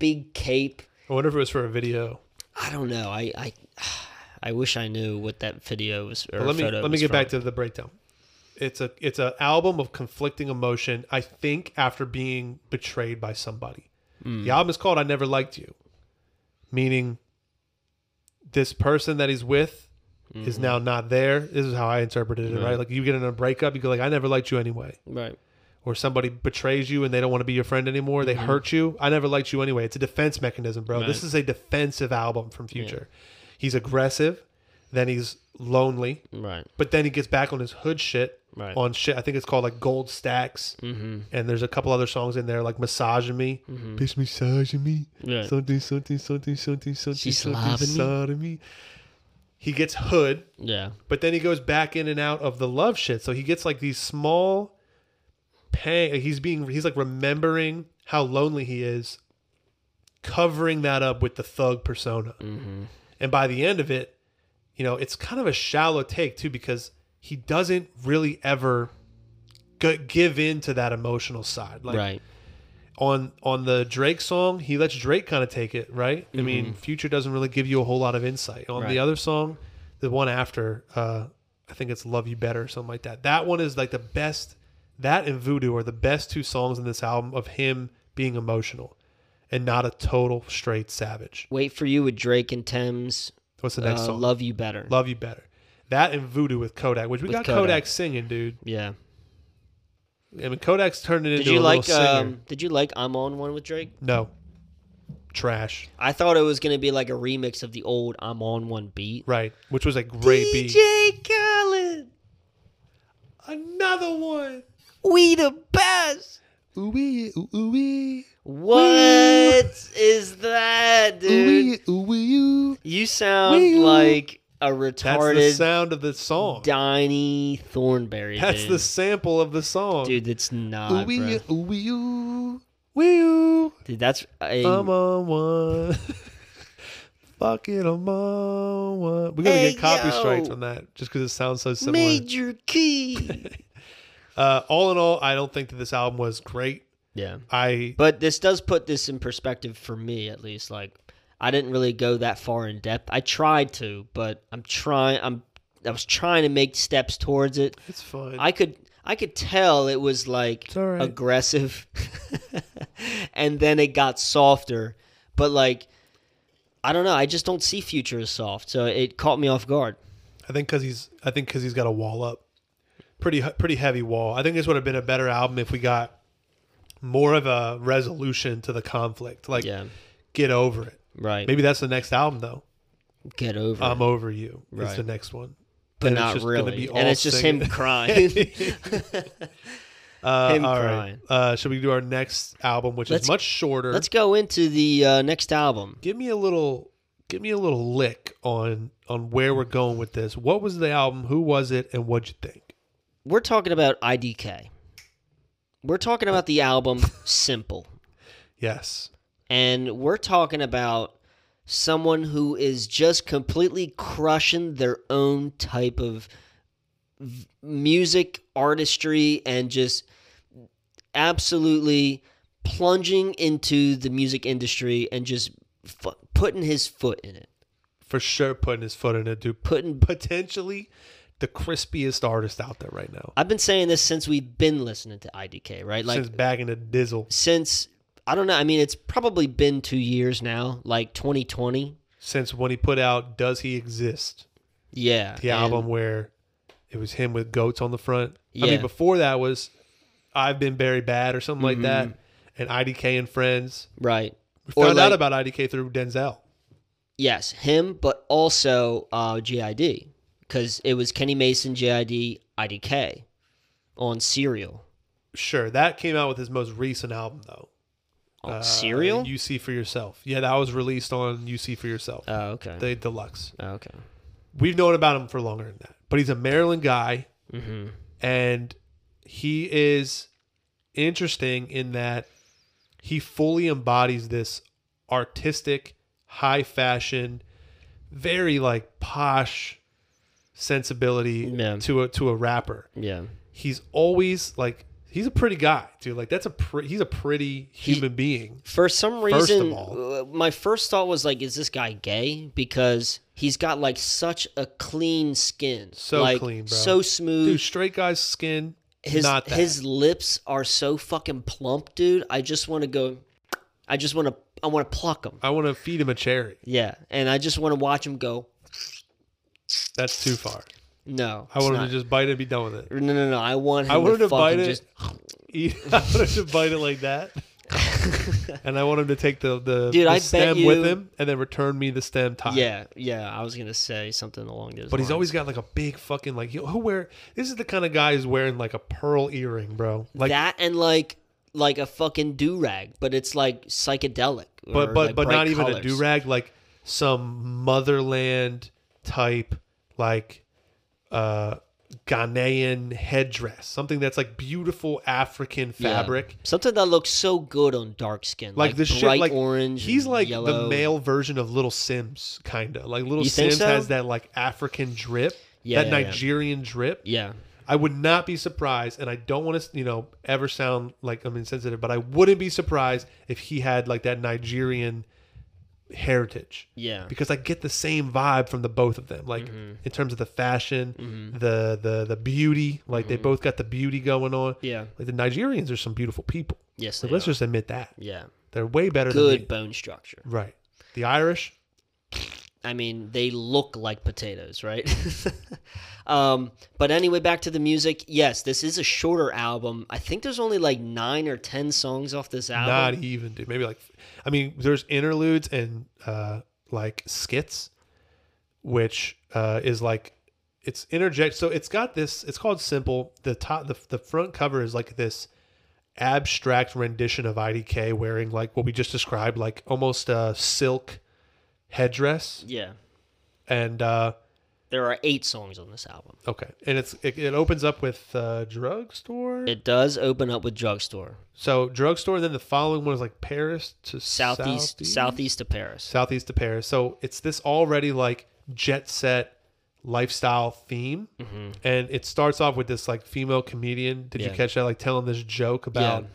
Speaker 4: big cape.
Speaker 3: I wonder if it was for a video.
Speaker 4: I don't know. I I, I wish I knew what that video was. Or
Speaker 3: But let me
Speaker 4: photo
Speaker 3: let me
Speaker 4: was
Speaker 3: get back
Speaker 4: from.
Speaker 3: to the breakdown. It's a it's an album of conflicting emotion. I think after being betrayed by somebody,
Speaker 4: Hmm.
Speaker 3: the album is called "I Never Liked You," meaning this person that he's with
Speaker 4: Mm-hmm.
Speaker 3: is now not there. This is how I interpreted it. Right, like you get in a breakup, you go like, "I never liked you anyway,"
Speaker 4: right.
Speaker 3: or somebody betrays you and they don't want to be your friend anymore.
Speaker 4: Mm-hmm.
Speaker 3: They hurt you. I never liked you anyway. It's a defense mechanism, bro. This is a defensive album from Future. He's aggressive, then he's lonely.
Speaker 4: Right.
Speaker 3: But then he gets back on his hood shit.
Speaker 4: Right.
Speaker 3: On shit, I think it's called like Gold Stacks, mm-hmm. and there's a couple other songs in there like Massaging Me.
Speaker 2: Bitch massaging me.
Speaker 4: Mm-hmm. Right.
Speaker 2: Something, something, something, something, something,
Speaker 4: She's
Speaker 2: something,
Speaker 4: lobbing me.
Speaker 2: sodomy.
Speaker 3: He gets hood,
Speaker 4: Yeah.
Speaker 3: but then he goes back in and out of the love shit. So he gets like these small pain. He's being he's like remembering how lonely he is, covering that up with the thug persona. And by the end of it, you know, it's kind of a shallow take too because he doesn't really ever g- give in to that emotional side. Like
Speaker 4: right.
Speaker 3: on on the Drake song, he lets Drake kind of take it, right? I mean, Future doesn't really give you a whole lot of insight. On
Speaker 4: Mm-hmm. Right.
Speaker 3: the other song, the one after, uh, I think it's "Love You Better" or something like that. That one is like the best. That and "Voodoo" are the best two songs in this album of him being emotional and not a total straight savage.
Speaker 4: Wait for you with Drake and Thames.
Speaker 3: What's the next
Speaker 4: uh,
Speaker 3: song?
Speaker 4: Love you better.
Speaker 3: Love you better. That and "Voodoo" with Kodak, which we
Speaker 4: With
Speaker 3: got Kodak.
Speaker 4: Kodak.
Speaker 3: singing, dude.
Speaker 4: yeah.
Speaker 3: I mean, Kodak's turned it into
Speaker 4: Did you
Speaker 3: a
Speaker 4: like
Speaker 3: little singer.
Speaker 4: um did you like I'm on one with Drake?
Speaker 3: no, trash.
Speaker 4: I thought it was gonna be like a remix of the old I'm on one beat.
Speaker 3: Right, which was a great beat.
Speaker 4: DJ Khaled,
Speaker 3: Another one.
Speaker 4: we the best.
Speaker 2: Ooh-wee, ooh-wee.
Speaker 4: What is that, dude?
Speaker 2: Ooh-wee, ooh-wee,
Speaker 4: You sound
Speaker 2: Wee-
Speaker 4: like a
Speaker 3: That's the
Speaker 4: retarded
Speaker 3: sound of the song.
Speaker 4: Donny Thornberry.
Speaker 3: That's
Speaker 4: dude.
Speaker 3: the sample of the song.
Speaker 4: dude. That's not,
Speaker 2: ooh-wee,
Speaker 4: bro.
Speaker 2: ooh-wee, ooh.
Speaker 3: Wee oo,
Speaker 4: Dude, that's a,
Speaker 3: I'm on one. Fuck it, I'm on one. We're gonna
Speaker 4: Hey,
Speaker 3: get copy
Speaker 4: yo.
Speaker 3: strikes on that just because it sounds so similar.
Speaker 4: major key.
Speaker 3: Uh, all in all, I don't think that this album was great.
Speaker 4: yeah,
Speaker 3: I
Speaker 4: but this does put this in perspective for me, at least. Like, I didn't really go that far in depth. I tried to, but I'm trying. I'm. I was trying to make steps towards it.
Speaker 3: it's fine.
Speaker 4: I could I could tell it was like
Speaker 3: all right.
Speaker 4: aggressive, and then it got softer. But like, I don't know. I just don't see future as soft, so it caught me off guard.
Speaker 3: I think because he's I think 'cause he's got a wall up, pretty he- pretty heavy wall. I think this would have been a better album if we got more of a resolution to the conflict. Like,
Speaker 4: Yeah.
Speaker 3: get over it.
Speaker 4: Right.
Speaker 3: Maybe that's the next album though.
Speaker 4: Get over
Speaker 3: I'm
Speaker 4: it,
Speaker 3: over you. It's
Speaker 4: Right.
Speaker 3: the next one.
Speaker 4: but
Speaker 3: and it's
Speaker 4: not
Speaker 3: just gonna
Speaker 4: really.
Speaker 3: be
Speaker 4: And
Speaker 3: all
Speaker 4: it's just
Speaker 3: singing.
Speaker 4: him crying.
Speaker 3: Uh,
Speaker 4: Him
Speaker 3: all right.
Speaker 4: crying.
Speaker 3: Uh, should we do our next album, which
Speaker 4: Let's-
Speaker 3: is much shorter?
Speaker 4: Let's go into the uh, next album.
Speaker 3: give me a little, give me a little lick on on where we're going with this. What was the album? Who was it? And what'd you think?
Speaker 4: We're talking about IDK. We're talking about the album Simple.
Speaker 3: Yes,
Speaker 4: and we're talking about someone who is just completely crushing their own type of v- music artistry and just absolutely plunging into the music industry and just fu- putting his foot in it.
Speaker 3: for sure putting his foot in it, dude.
Speaker 4: Putting
Speaker 3: Potentially the crispiest artist out there right now.
Speaker 4: I've been saying this since we've been listening to IDK, right? Like
Speaker 3: Since back in the Dizzle.
Speaker 4: since I don't know. I mean, it's probably been two years now, like 2020.
Speaker 3: Since when he put out Does He Exist?
Speaker 4: Yeah,
Speaker 3: The
Speaker 4: and-
Speaker 3: album where it was him with goats on the front. I
Speaker 4: Yeah.
Speaker 3: mean, before that was I've Been Very Bad or something like that. And IDK and Friends.
Speaker 4: right?
Speaker 3: We
Speaker 4: Mm-hmm. Or
Speaker 3: found out
Speaker 4: like-
Speaker 3: about IDK through Denzel.
Speaker 4: Yes, him, but also uh, GID because it was Kenny Mason, GID, IDK on Serial.
Speaker 3: Sure. That came out with his most recent album, though.
Speaker 4: On
Speaker 3: Uh,
Speaker 4: Serial?
Speaker 3: You See For Yourself. Yeah, that was released on You See For Yourself.
Speaker 4: oh, okay.
Speaker 3: the deluxe.
Speaker 4: Oh, okay.
Speaker 3: we've known about him for longer than that. But he's a Maryland guy,
Speaker 4: Mm-hmm.
Speaker 3: and he is interesting in that he fully embodies this artistic, high fashion, very like posh sensibility
Speaker 4: Yeah.
Speaker 3: to a to a rapper.
Speaker 4: Yeah.
Speaker 3: He's always like he's a pretty guy, dude. Like that's a pre- he's a pretty human being.
Speaker 4: For some
Speaker 3: of
Speaker 4: reason,
Speaker 3: all-
Speaker 4: uh, my first thought was like, "Is this guy gay?" Because he's got like such a clean skin,
Speaker 3: So
Speaker 4: like,
Speaker 3: clean, bro.
Speaker 4: so smooth.
Speaker 3: Dude, straight guy's skin
Speaker 4: his
Speaker 3: not that.
Speaker 4: his lips are so fucking plump, dude. I just want to go. I just want to. I want to pluck him.
Speaker 3: I want to feed him a cherry.
Speaker 4: Yeah, and I just want to watch him go.
Speaker 3: That's too far.
Speaker 4: No,
Speaker 3: I
Speaker 4: it's
Speaker 3: want him
Speaker 4: not.
Speaker 3: to just bite it and be done with it.
Speaker 4: No, no, no. I want him
Speaker 3: I want
Speaker 4: to
Speaker 3: him to bite
Speaker 4: fucking
Speaker 3: it.
Speaker 4: just.
Speaker 3: eat. I want him to bite it like that, and I want him to take the the,
Speaker 4: Dude,
Speaker 3: the
Speaker 4: I bet
Speaker 3: stem with
Speaker 4: you-
Speaker 3: him, and then return me the stem tie.
Speaker 4: Yeah, yeah. I was gonna say something along those.
Speaker 3: But he's
Speaker 4: lines.
Speaker 3: always got like a big fucking like he'll- he'll wear. This is the kind of guy who's wearing like a pearl earring, bro. Like,
Speaker 4: that and like like a fucking do rag, but it's like psychedelic. or,
Speaker 3: but but
Speaker 4: like,
Speaker 3: but
Speaker 4: bright
Speaker 3: not even a
Speaker 4: colors.
Speaker 3: do rag. Like some motherland type, like uh Ghanaian headdress, something that's like beautiful African
Speaker 4: Yeah.
Speaker 3: fabric.
Speaker 4: Something that looks so good on dark skin,
Speaker 3: like,
Speaker 4: like,
Speaker 3: the
Speaker 4: bright
Speaker 3: shit like
Speaker 4: orange.
Speaker 3: he's
Speaker 4: and
Speaker 3: like
Speaker 4: yellow.
Speaker 3: the male version of little sims kind of like little
Speaker 4: You think
Speaker 3: sims
Speaker 4: so?
Speaker 3: has that like african drip
Speaker 4: Yeah,
Speaker 3: that
Speaker 4: yeah, yeah.
Speaker 3: nigerian drip
Speaker 4: Yeah,
Speaker 3: i would not be surprised and i don't want to you know ever sound like i'm insensitive but i wouldn't be surprised if he had like that nigerian heritage
Speaker 4: yeah. Mm-hmm.
Speaker 3: because i get the same vibe from the both of them like in terms of the fashion the the the beauty like they both got the beauty going on
Speaker 4: Mm-hmm. Yeah.
Speaker 3: like the nigerians are some beautiful people
Speaker 4: Yes,
Speaker 3: so
Speaker 4: they
Speaker 3: let's
Speaker 4: are.
Speaker 3: just admit that
Speaker 4: yeah.
Speaker 3: they're way better than me.
Speaker 4: Good bone structure.
Speaker 3: Right. The Irish,
Speaker 4: I mean, they look like potatoes, right? um, but anyway, back to the music. Yes, this is a shorter album. I think there's only like nine or ten songs off this
Speaker 3: not e-
Speaker 4: album.
Speaker 3: even, dude. Maybe like, I mean, there's interludes and uh, like skits, which uh, is like, it's interject. So it's got this. It's called simple. The top, the the front cover is like this abstract rendition of IDK wearing like what we just described, like almost a silk headdress,
Speaker 4: yeah,
Speaker 3: and uh,
Speaker 4: there are eight songs on this album.
Speaker 3: okay, and it's it, it opens up with uh, drugstore.
Speaker 4: It does open up with Drugstore,
Speaker 3: So drugstore, and then the following one is like Paris to
Speaker 4: southeast, southeast, of Paris.
Speaker 3: southeast of Paris. So it's this already like jet set lifestyle theme, and it starts off with this like female comedian. Did
Speaker 4: Mm-hmm. Yeah.
Speaker 3: you catch that? Like telling this joke about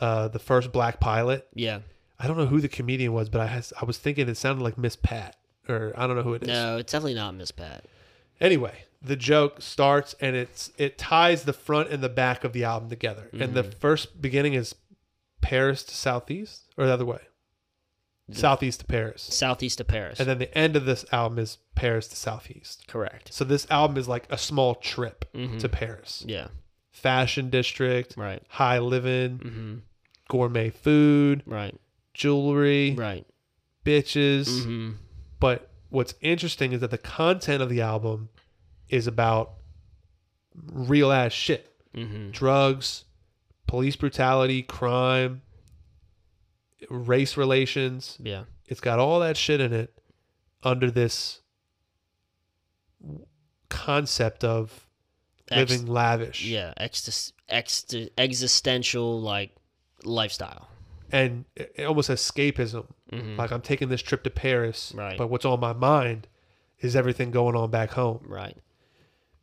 Speaker 3: uh, the first black pilot.
Speaker 4: yeah,
Speaker 3: I don't know who the comedian was, but I has, I was thinking it sounded like Miss Pat, or I don't know who it is.
Speaker 4: no, it's definitely not Miss Pat.
Speaker 3: Anyway, the joke starts and it's it ties the front and the back of the album together. And the
Speaker 4: Mm-hmm.
Speaker 3: first beginning is Paris to southeast, or the other way, southeast to Paris.
Speaker 4: Southeast of Paris.
Speaker 3: And then the end of this album is Paris to Southeast.
Speaker 4: Correct.
Speaker 3: So this album is like a small trip to Paris.
Speaker 4: Yeah.
Speaker 3: Fashion district,
Speaker 4: Mm-hmm. Right. Mm-hmm.
Speaker 3: high living, gourmet food,
Speaker 4: Right.
Speaker 3: jewelry,
Speaker 4: Right.
Speaker 3: bitches.
Speaker 4: hmm
Speaker 3: But what's interesting is that the content of the album is about real ass shit
Speaker 4: hmm
Speaker 3: drugs, police brutality, crime, race relations.
Speaker 4: Yeah.
Speaker 3: It's got all that shit in it under this concept of
Speaker 4: Ex-
Speaker 3: living lavish.
Speaker 4: Yeah. Exist- exist- existential like lifestyle.
Speaker 3: And it- it almost escapism. Like I'm taking this trip to Paris,
Speaker 4: Mm-hmm. Right.
Speaker 3: but what's on my mind is everything going on back home.
Speaker 4: Right.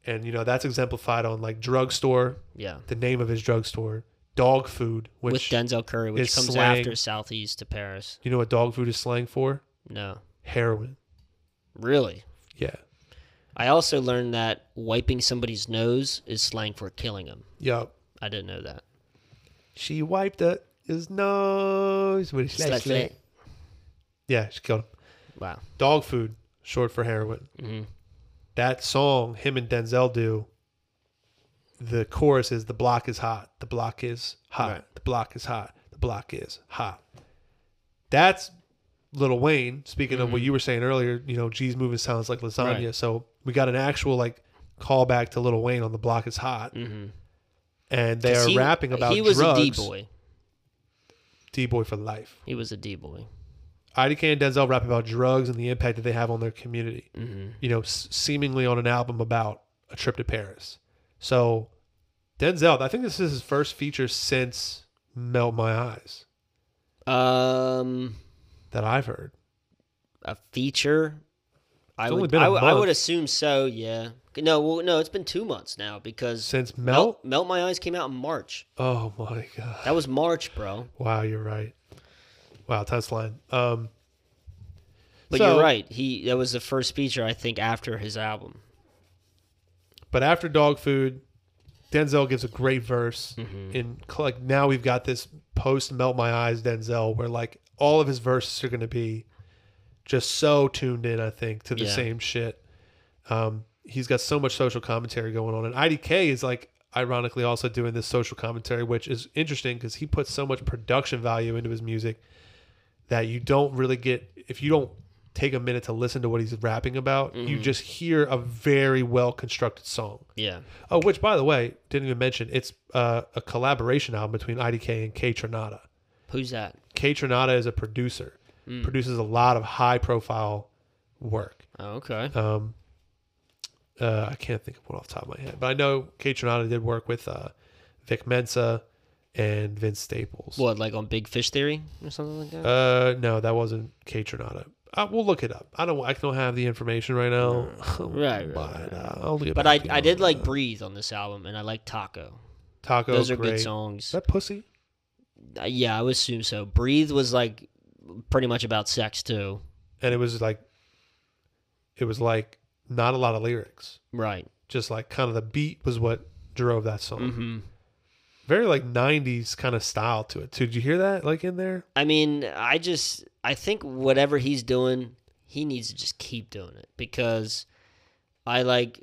Speaker 3: And you know, that's exemplified on like drugstore,
Speaker 4: Yeah.
Speaker 3: the name of his drugstore, dog food, which
Speaker 4: with Denzel Curry, which
Speaker 3: is
Speaker 4: comes
Speaker 3: slang.
Speaker 4: after Southeast to Paris.
Speaker 3: you know what dog food is slang for?
Speaker 4: No,
Speaker 3: Heroin.
Speaker 4: really.
Speaker 3: Yeah.
Speaker 4: I also learned that wiping somebody's nose is slang for killing them.
Speaker 3: Yup.
Speaker 4: I didn't know that.
Speaker 3: She wiped up his nose with a slit. slit. Yeah, she killed him.
Speaker 4: Wow.
Speaker 3: Dog food, short for heroin.
Speaker 4: Mhm.
Speaker 3: That song, him and Denzel do. The chorus is the block is hot, the block is hot,
Speaker 4: Right.
Speaker 3: the block is hot, the block is hot. That's Little Wayne. Speaking of what you were saying earlier, you know, G's moving sounds like lasagna.
Speaker 4: Mm-hmm. Right.
Speaker 3: So we got an actual like callback to Little Wayne on the block is hot, and they
Speaker 4: 'Cause
Speaker 3: are
Speaker 4: Mm-hmm. he-
Speaker 3: rapping about
Speaker 4: He was
Speaker 3: drugs.
Speaker 4: a D boy.
Speaker 3: D boy for life.
Speaker 4: He was a D boy.
Speaker 3: IDK and Denzel rap about drugs and the impact that they have on their community.
Speaker 4: Mm-hmm.
Speaker 3: You know, s- seemingly on an album about a trip to Paris. So, Denzel, I think this is his first feature since Melt My Eyes
Speaker 4: Um,
Speaker 3: that I've heard.
Speaker 4: a feature. I
Speaker 3: It's
Speaker 4: would,
Speaker 3: only been a
Speaker 4: I would- I would
Speaker 3: month.
Speaker 4: assume so. Yeah. No, well, no, it's been two months now because
Speaker 3: Since
Speaker 4: Melt,
Speaker 3: Melt?
Speaker 4: Melt My Eyes came out in March.
Speaker 3: Oh my God.
Speaker 4: That was March, bro.
Speaker 3: Wow, you're right. Wow, time's flying. Um,
Speaker 4: But
Speaker 3: So-
Speaker 4: you're right. He that was the first feature I think after his album.
Speaker 3: But after dog food, Denzel gives a great verse. In like now we've got this post melt my eyes Denzel, where like all of his verses are going to be just so tuned in. I think to the
Speaker 4: Yeah.
Speaker 3: same shit. Um, he's got so much social commentary going on, and IDK is like ironically also doing this social commentary, which is interesting because he puts so much production value into his music that you don't really get if you don't take a minute to listen to what he's rapping about you just hear a very well constructed song
Speaker 4: Yeah.
Speaker 3: Oh, which by the way, didn't even mention it's uh, a collaboration album between IDK and K Tronada.
Speaker 4: Who's that?
Speaker 3: K Tronada is a producer,
Speaker 4: Hmm.
Speaker 3: produces a lot of high profile work.
Speaker 4: Oh, okay.
Speaker 3: Um, uh, I can't think of one off the top of my head, but I know K Tronada did work with uh, Vic Mensa and Vince Staples.
Speaker 4: What, like on Big Fish Theory or something like that?
Speaker 3: Uh, no, that wasn't K Tronada. Uh, we'll look it up. I don't. I don't have the information right now.
Speaker 4: right, right,
Speaker 3: but uh, I'll look it
Speaker 4: but
Speaker 3: back
Speaker 4: I,
Speaker 3: to you
Speaker 4: I
Speaker 3: on
Speaker 4: did
Speaker 3: that.
Speaker 4: like Breathe on this album, and I like Taco.
Speaker 3: Taco.
Speaker 4: Those are
Speaker 3: great.
Speaker 4: good
Speaker 3: Is
Speaker 4: songs.
Speaker 3: that pussy?
Speaker 4: Uh, Yeah, I would assume so. Breathe was like pretty much about sex too.
Speaker 3: and it was like it was like not a lot of lyrics
Speaker 4: Right.
Speaker 3: just like kind of the beat was what drove that song
Speaker 4: hmm
Speaker 3: very like 90s kind of style to it too did you hear that like in there
Speaker 4: I mean, I just I think whatever he's doing, he needs to just keep doing it because I like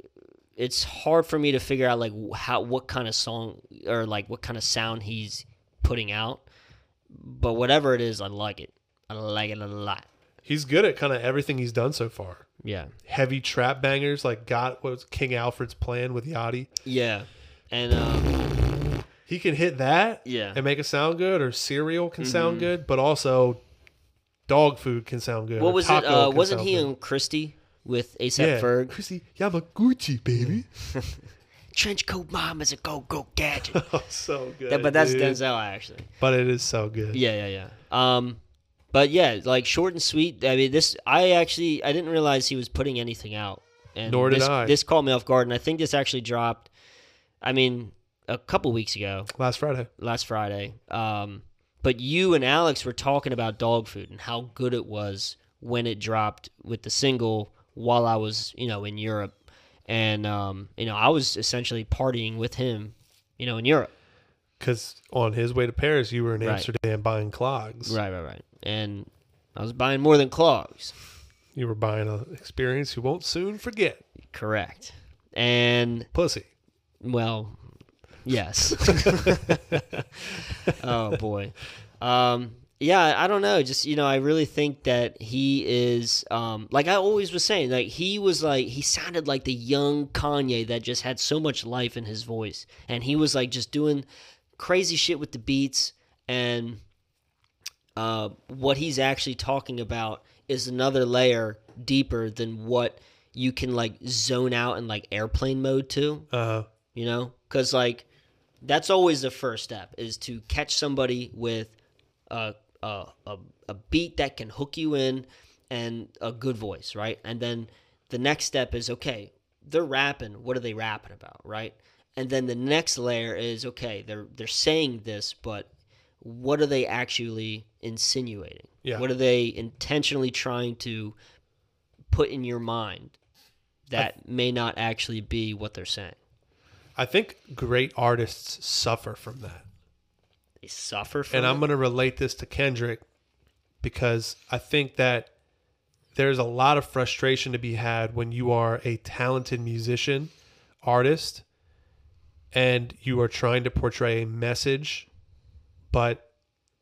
Speaker 4: it's hard for me to figure out like wh- how what kind of song or like what kind of sound he's putting out. But whatever it is, I like it. I like it a lot.
Speaker 3: he's good at kind of everything he's done so far
Speaker 4: Yeah.
Speaker 3: heavy trap bangers like got what was king alfred's plan with yachty
Speaker 4: Yeah. And um,
Speaker 3: he can hit that
Speaker 4: Yeah. Mm-hmm.
Speaker 3: and make it sound good or cereal can sound good but also dog food can sound good or
Speaker 4: what was it?
Speaker 3: taco
Speaker 4: Uh,
Speaker 3: can
Speaker 4: wasn't
Speaker 3: sound
Speaker 4: he
Speaker 3: good.
Speaker 4: in Christie with ASAP
Speaker 3: yeah,
Speaker 4: Ferg?
Speaker 3: Chrissy Yamaguchi, baby.
Speaker 4: Trench coat mom is a go go gadget.
Speaker 3: oh, so good.
Speaker 4: but that's
Speaker 3: dude.
Speaker 4: Denzel actually.
Speaker 3: But it is so good.
Speaker 4: Yeah, yeah, yeah. Um, but yeah, like short and sweet. I mean, this I actually I didn't realize he was putting anything out. And
Speaker 3: Nor did
Speaker 4: this,
Speaker 3: I.
Speaker 4: This caught me off guard, and I think this actually dropped. I mean, a couple weeks ago,
Speaker 3: Last Friday.
Speaker 4: last Friday. Um, but you and Alex were talking about dog food and how good it was when it dropped with the single while I was, you know, in Europe. And, um, you know, I was essentially partying with him, you know, in Europe.
Speaker 3: Because on his way to Paris, you were in
Speaker 4: Right.
Speaker 3: Amsterdam buying clogs.
Speaker 4: Right, right, right. And I was buying more than clogs.
Speaker 3: You were buying an experience you won't soon forget.
Speaker 4: Correct. And
Speaker 3: Pussy.
Speaker 4: well, yes. oh boy. Um yeah, I don't know. Just you know, I really think that he is um like I always was saying, like he was like he sounded like the young Kanye that just had so much life in his voice. And he was like just doing crazy shit with the beats and uh, what he's actually talking about is another layer deeper than what you can like zone out in like airplane mode to
Speaker 3: Uh,
Speaker 4: you know because like that's always the first step is to catch somebody with a, a, a, a beat that can hook you in and a good voice right and then the next step is okay they're rapping what are they rapping about right And then the next layer is okay, they're they're saying this, but what are they actually insinuating?
Speaker 3: Yeah.
Speaker 4: What are they intentionally trying to put in your mind that may not actually be what they're saying?
Speaker 3: I think great artists suffer from that.
Speaker 4: They suffer from
Speaker 3: and I'm
Speaker 4: it?
Speaker 3: going to relate this to Kendrick because I think that there's a lot of frustration to be had when you are a talented musician, artist, and you are trying to portray a message, but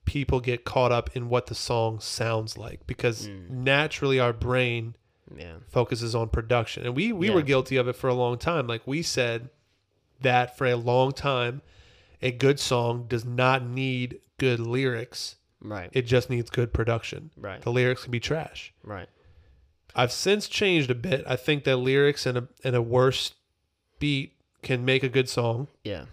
Speaker 3: people get caught up in what the song sounds like because naturally our brain
Speaker 4: yeah.
Speaker 3: focuses on production. And we we
Speaker 4: Yeah.
Speaker 3: were guilty of it for a long time. Like we said that for a long time a good song does not need good lyrics.
Speaker 4: Right.
Speaker 3: It just needs good production.
Speaker 4: Right.
Speaker 3: The lyrics can be trash.
Speaker 4: right.
Speaker 3: I've since changed a bit. I think that lyrics and a and a worse beat can make a good song
Speaker 4: Yeah.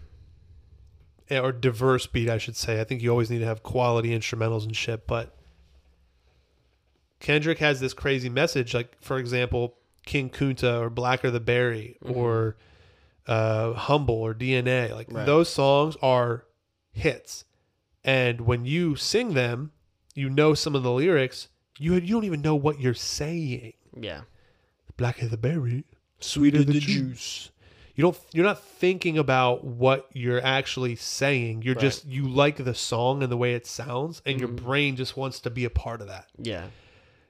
Speaker 3: eh, or diverse beat, I should say. I think you always need to have quality instrumentals and shit, but Kendrick has this crazy message, like for example, King Kunta or Blacker the Berry or uh, Humble or DNA. Like
Speaker 4: Right.
Speaker 3: those songs are hits, and when you sing them, you know some of the lyrics. You you don't even know what you're saying.
Speaker 4: Yeah.
Speaker 3: Blacker the Berry
Speaker 4: Sweeter
Speaker 3: the juice. You don't. You're not thinking about what you're actually saying. You're
Speaker 4: Right. Mm-hmm.
Speaker 3: just you like the song and the way it sounds, and your brain just wants to be a part of that.
Speaker 4: Yeah.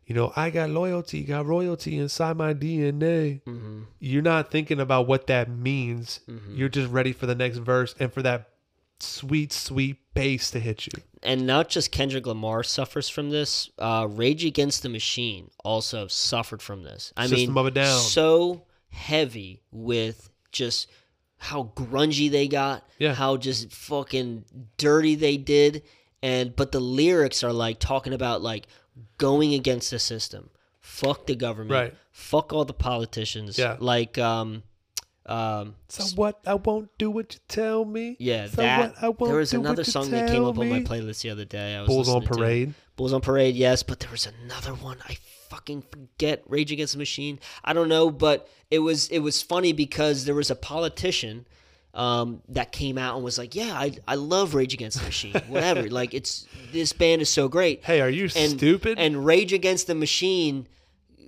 Speaker 3: You know, I got loyalty, got royalty inside my DNA.
Speaker 4: Mm-hmm.
Speaker 3: You're not thinking about what that means. You're just ready for the next verse and for that sweet, sweet bass to hit you.
Speaker 4: and not just Kendrick Lamar suffers from this. Uh, Rage Against the Machine also suffered from this. I
Speaker 3: System
Speaker 4: mean,
Speaker 3: of a Down.
Speaker 4: so heavy with just how grungy they got,
Speaker 3: Yeah.
Speaker 4: how just fucking dirty they did, and but the lyrics are like talking about like going against the system, fuck the government,
Speaker 3: Right.
Speaker 4: fuck all the politicians,
Speaker 3: Yeah.
Speaker 4: like um, um,
Speaker 3: So what? I won't do what you tell me.
Speaker 4: yeah,
Speaker 3: So
Speaker 4: that
Speaker 3: what? I won't
Speaker 4: there was
Speaker 3: do what
Speaker 4: another
Speaker 3: you
Speaker 4: song that came
Speaker 3: tell
Speaker 4: up on my
Speaker 3: me.
Speaker 4: playlist the other day. I was
Speaker 3: Bulls on
Speaker 4: listening to.
Speaker 3: parade.
Speaker 4: Bulls on Parade, yes, but there was another one I fucking forget. Rage Against the Machine. I don't know, but it was it was funny because there was a politician um, that came out and was like, "Yeah, I I love Rage Against the Machine. Whatever. like it's this band is so great."
Speaker 3: Hey, are you
Speaker 4: and
Speaker 3: stupid?
Speaker 4: and Rage Against the Machine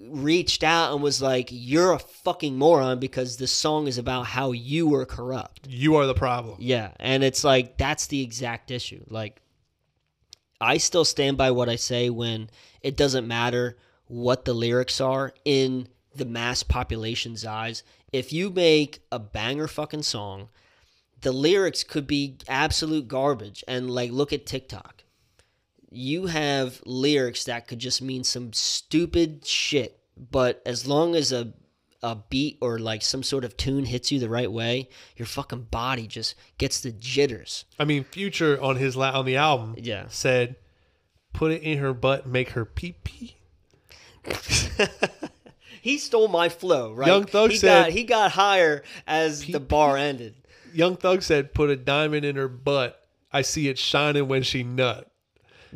Speaker 4: reached out and was like, "You're a fucking moron because this song is about how you were corrupt."
Speaker 3: you are the problem.
Speaker 4: Yeah, and it's like that's the exact issue. Like I still stand by what I say when it doesn't matter what the lyrics are in the mass population's eyes. If you make a banger fucking song, the lyrics could be absolute garbage and like look at TikTok. You have lyrics that could just mean some stupid shit, but as long as a a beat or like some sort of tune hits you the right way, your fucking body just gets the jitters.
Speaker 3: I mean, Future on his la- on the album,
Speaker 4: Yeah.
Speaker 3: said, "Put it in her butt, and make her pee pee."
Speaker 4: He stole my flow, right?
Speaker 3: Young Thug
Speaker 4: he
Speaker 3: said-
Speaker 4: got, he got higher as the bar ended.
Speaker 3: Young Thug said, "Put a diamond in her butt. I see it shining when she nut."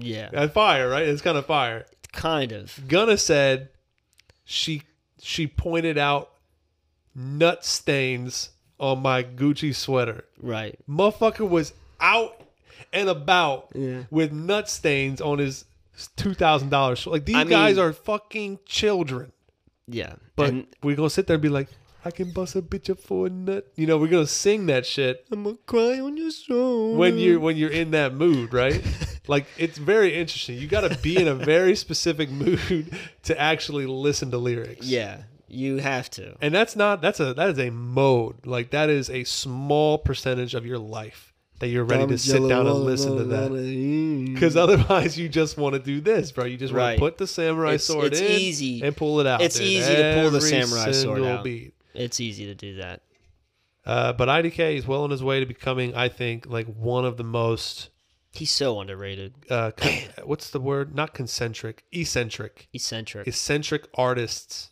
Speaker 4: Yeah,
Speaker 3: And fire, right? It's kind of fire.
Speaker 4: kind of.
Speaker 3: Gunna said, "She she pointed out nut stains on my Gucci sweater.
Speaker 4: Right.
Speaker 3: Motherfucker was out and about
Speaker 4: Yeah.
Speaker 3: with nut stains on his two thousand dollars. Like these
Speaker 4: I
Speaker 3: guys
Speaker 4: mean-
Speaker 3: are fucking children."
Speaker 4: Yeah.
Speaker 3: But
Speaker 4: And-
Speaker 3: we're gonna sit there and be like, I can bust a bitch up for a nut. You know, we're gonna sing that shit
Speaker 4: I'm gonna cry on your shoulder.
Speaker 3: when you're when you're in that mood, right? like it's very interesting. You gotta be in a very specific mood to actually listen to lyrics.
Speaker 4: yeah, you have to.
Speaker 3: And that's not that's a that is a mode. Like that is a small percentage of your life that you're ready to sit down and listen to that. Because otherwise, you just want to do this, bro. You just want
Speaker 4: Right.
Speaker 3: to put the samurai
Speaker 4: It's-
Speaker 3: sword
Speaker 4: it's
Speaker 3: in
Speaker 4: easy.
Speaker 3: and pull it out.
Speaker 4: It's
Speaker 3: dude.
Speaker 4: easy to pull the
Speaker 3: Every
Speaker 4: samurai sword
Speaker 3: single
Speaker 4: out.
Speaker 3: Beat.
Speaker 4: it's easy to do that.
Speaker 3: Uh, but IDK is well on his way to becoming, I think, like one of the most
Speaker 4: He's so underrated.
Speaker 3: uh, con- what's the word? Not concentric, eccentric,
Speaker 4: Eccentric.
Speaker 3: eccentric artists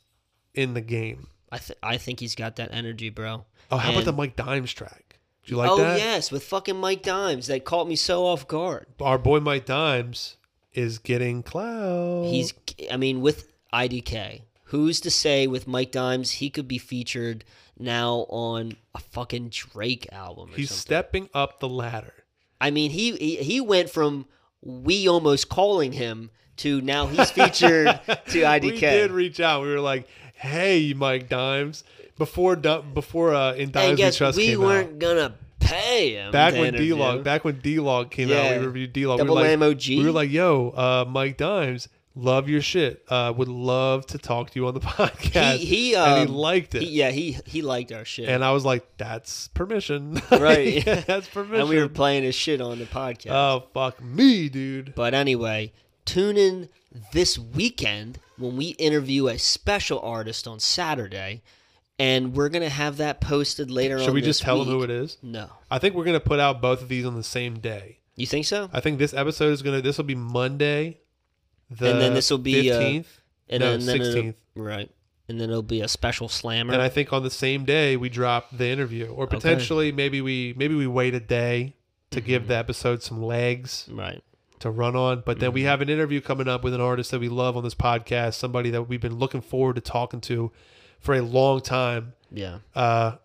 Speaker 3: in the game.
Speaker 4: I th- I think he's got that energy, bro.
Speaker 3: Oh, how about
Speaker 4: And-
Speaker 3: the Mike Dimes track? Do you like
Speaker 4: oh
Speaker 3: that?
Speaker 4: yes, with fucking Mike Dimes that caught me so off guard.
Speaker 3: Our boy Mike Dimes is getting cloud.
Speaker 4: He's I mean with IDK, Who's to say with Mike Dimes he could be featured now on a fucking Drake album? Or
Speaker 3: He's
Speaker 4: something.
Speaker 3: stepping up the ladder.
Speaker 4: I mean, he, he he went from we almost calling him to now he's featured to IDK.
Speaker 3: We did reach out. We were like, "Hey, Mike Dimes." Before Di- before uh, in Dimes
Speaker 4: and
Speaker 3: We
Speaker 4: guess
Speaker 3: Trust
Speaker 4: we
Speaker 3: came
Speaker 4: weren't
Speaker 3: out,
Speaker 4: gonna pay him.
Speaker 3: back
Speaker 4: to
Speaker 3: when D
Speaker 4: interview.
Speaker 3: Log back when D Log came out,
Speaker 4: Yeah.
Speaker 3: we reviewed D Log.
Speaker 4: Double
Speaker 3: we were
Speaker 4: M
Speaker 3: like,
Speaker 4: O G.
Speaker 3: We were like, "Yo, uh, Mike Dimes, love your shit. Uh, would love to talk to you on the podcast."
Speaker 4: he he
Speaker 3: and
Speaker 4: um,
Speaker 3: he liked it.
Speaker 4: he- yeah, he he liked our shit.
Speaker 3: And I was like, "That's permission,
Speaker 4: Right.
Speaker 3: Yeah, that's permission."
Speaker 4: and we were playing his shit on the podcast.
Speaker 3: oh fuck me, dude.
Speaker 4: But anyway, tune in this weekend when we interview a special artist on Saturday, and we're gonna have that posted later.
Speaker 3: Should
Speaker 4: on
Speaker 3: we just
Speaker 4: this
Speaker 3: tell
Speaker 4: week.
Speaker 3: them who it is?
Speaker 4: No,
Speaker 3: I think we're gonna put out both of these on the same day.
Speaker 4: you think so?
Speaker 3: I think this episode is gonna. This will be Monday. The
Speaker 4: And then this will be, uh,
Speaker 3: fifteenth, no,
Speaker 4: it'll-
Speaker 3: 16th.
Speaker 4: right? And then it'll be a special slammer.
Speaker 3: and I think on the same day we drop the interview, or potentially maybe we maybe we wait a day to give the episode some legs
Speaker 4: right.
Speaker 3: to run on. But then we have an interview coming up with an artist that we love on this podcast, somebody that we've been looking forward to talking to for a long time.
Speaker 4: Yeah.
Speaker 3: Uh,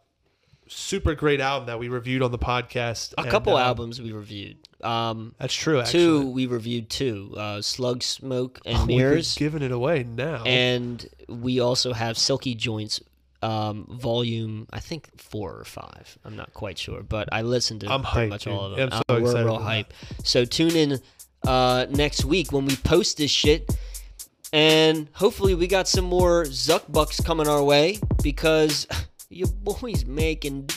Speaker 3: super great album that we reviewed on the podcast.
Speaker 4: A
Speaker 3: and,
Speaker 4: couple
Speaker 3: uh,
Speaker 4: albums we reviewed. Um,
Speaker 3: That's true. Actually. oh
Speaker 4: two we reviewed two: uh, Slug Smoke and
Speaker 3: We've been
Speaker 4: Mirrors,
Speaker 3: giving it away now.
Speaker 4: and we also have Silky Joints. Um, volume, I think four or five. I'm not quite sure, but I listened to
Speaker 3: I'm
Speaker 4: pretty
Speaker 3: hyped,
Speaker 4: much all of
Speaker 3: dude.
Speaker 4: them.
Speaker 3: I'm so
Speaker 4: Uh, we're
Speaker 3: excited
Speaker 4: real
Speaker 3: for that.
Speaker 4: hype. So tune in uh, next week when we post this shit, and hopefully we got some more Zuck Bucks coming our way because your boy's making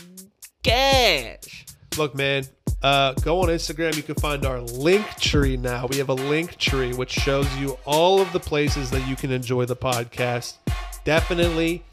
Speaker 4: cash.
Speaker 3: Look, man, uh, go on Instagram. You can find our link tree now. We have a link tree which shows you all of the places that you can enjoy the podcast. Definitely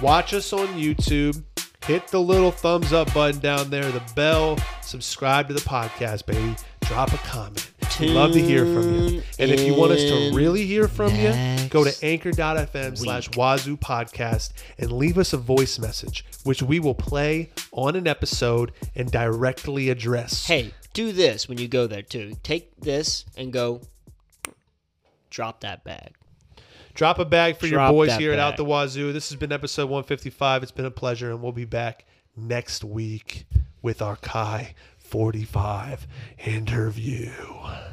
Speaker 3: watch us on YouTube. Hit the little thumbs up button down there, the bell. Subscribe to the podcast, baby. Drop a comment. We'd love to hear from you. And if you want us to
Speaker 4: Tune
Speaker 3: really hear from you, go to
Speaker 4: next
Speaker 3: anchor.fm slash wazoo podcast and leave us a voice message, which we will play on an episode and directly address.
Speaker 4: hey, do this when you go there too. Take this and go drop that bag.
Speaker 3: Drop a bag for your
Speaker 4: Drop
Speaker 3: boys
Speaker 4: that
Speaker 3: here at Out
Speaker 4: bag.
Speaker 3: the Wazoo. This has been episode 155. It's been a pleasure, and we'll be back next week with our Kai 45 interview.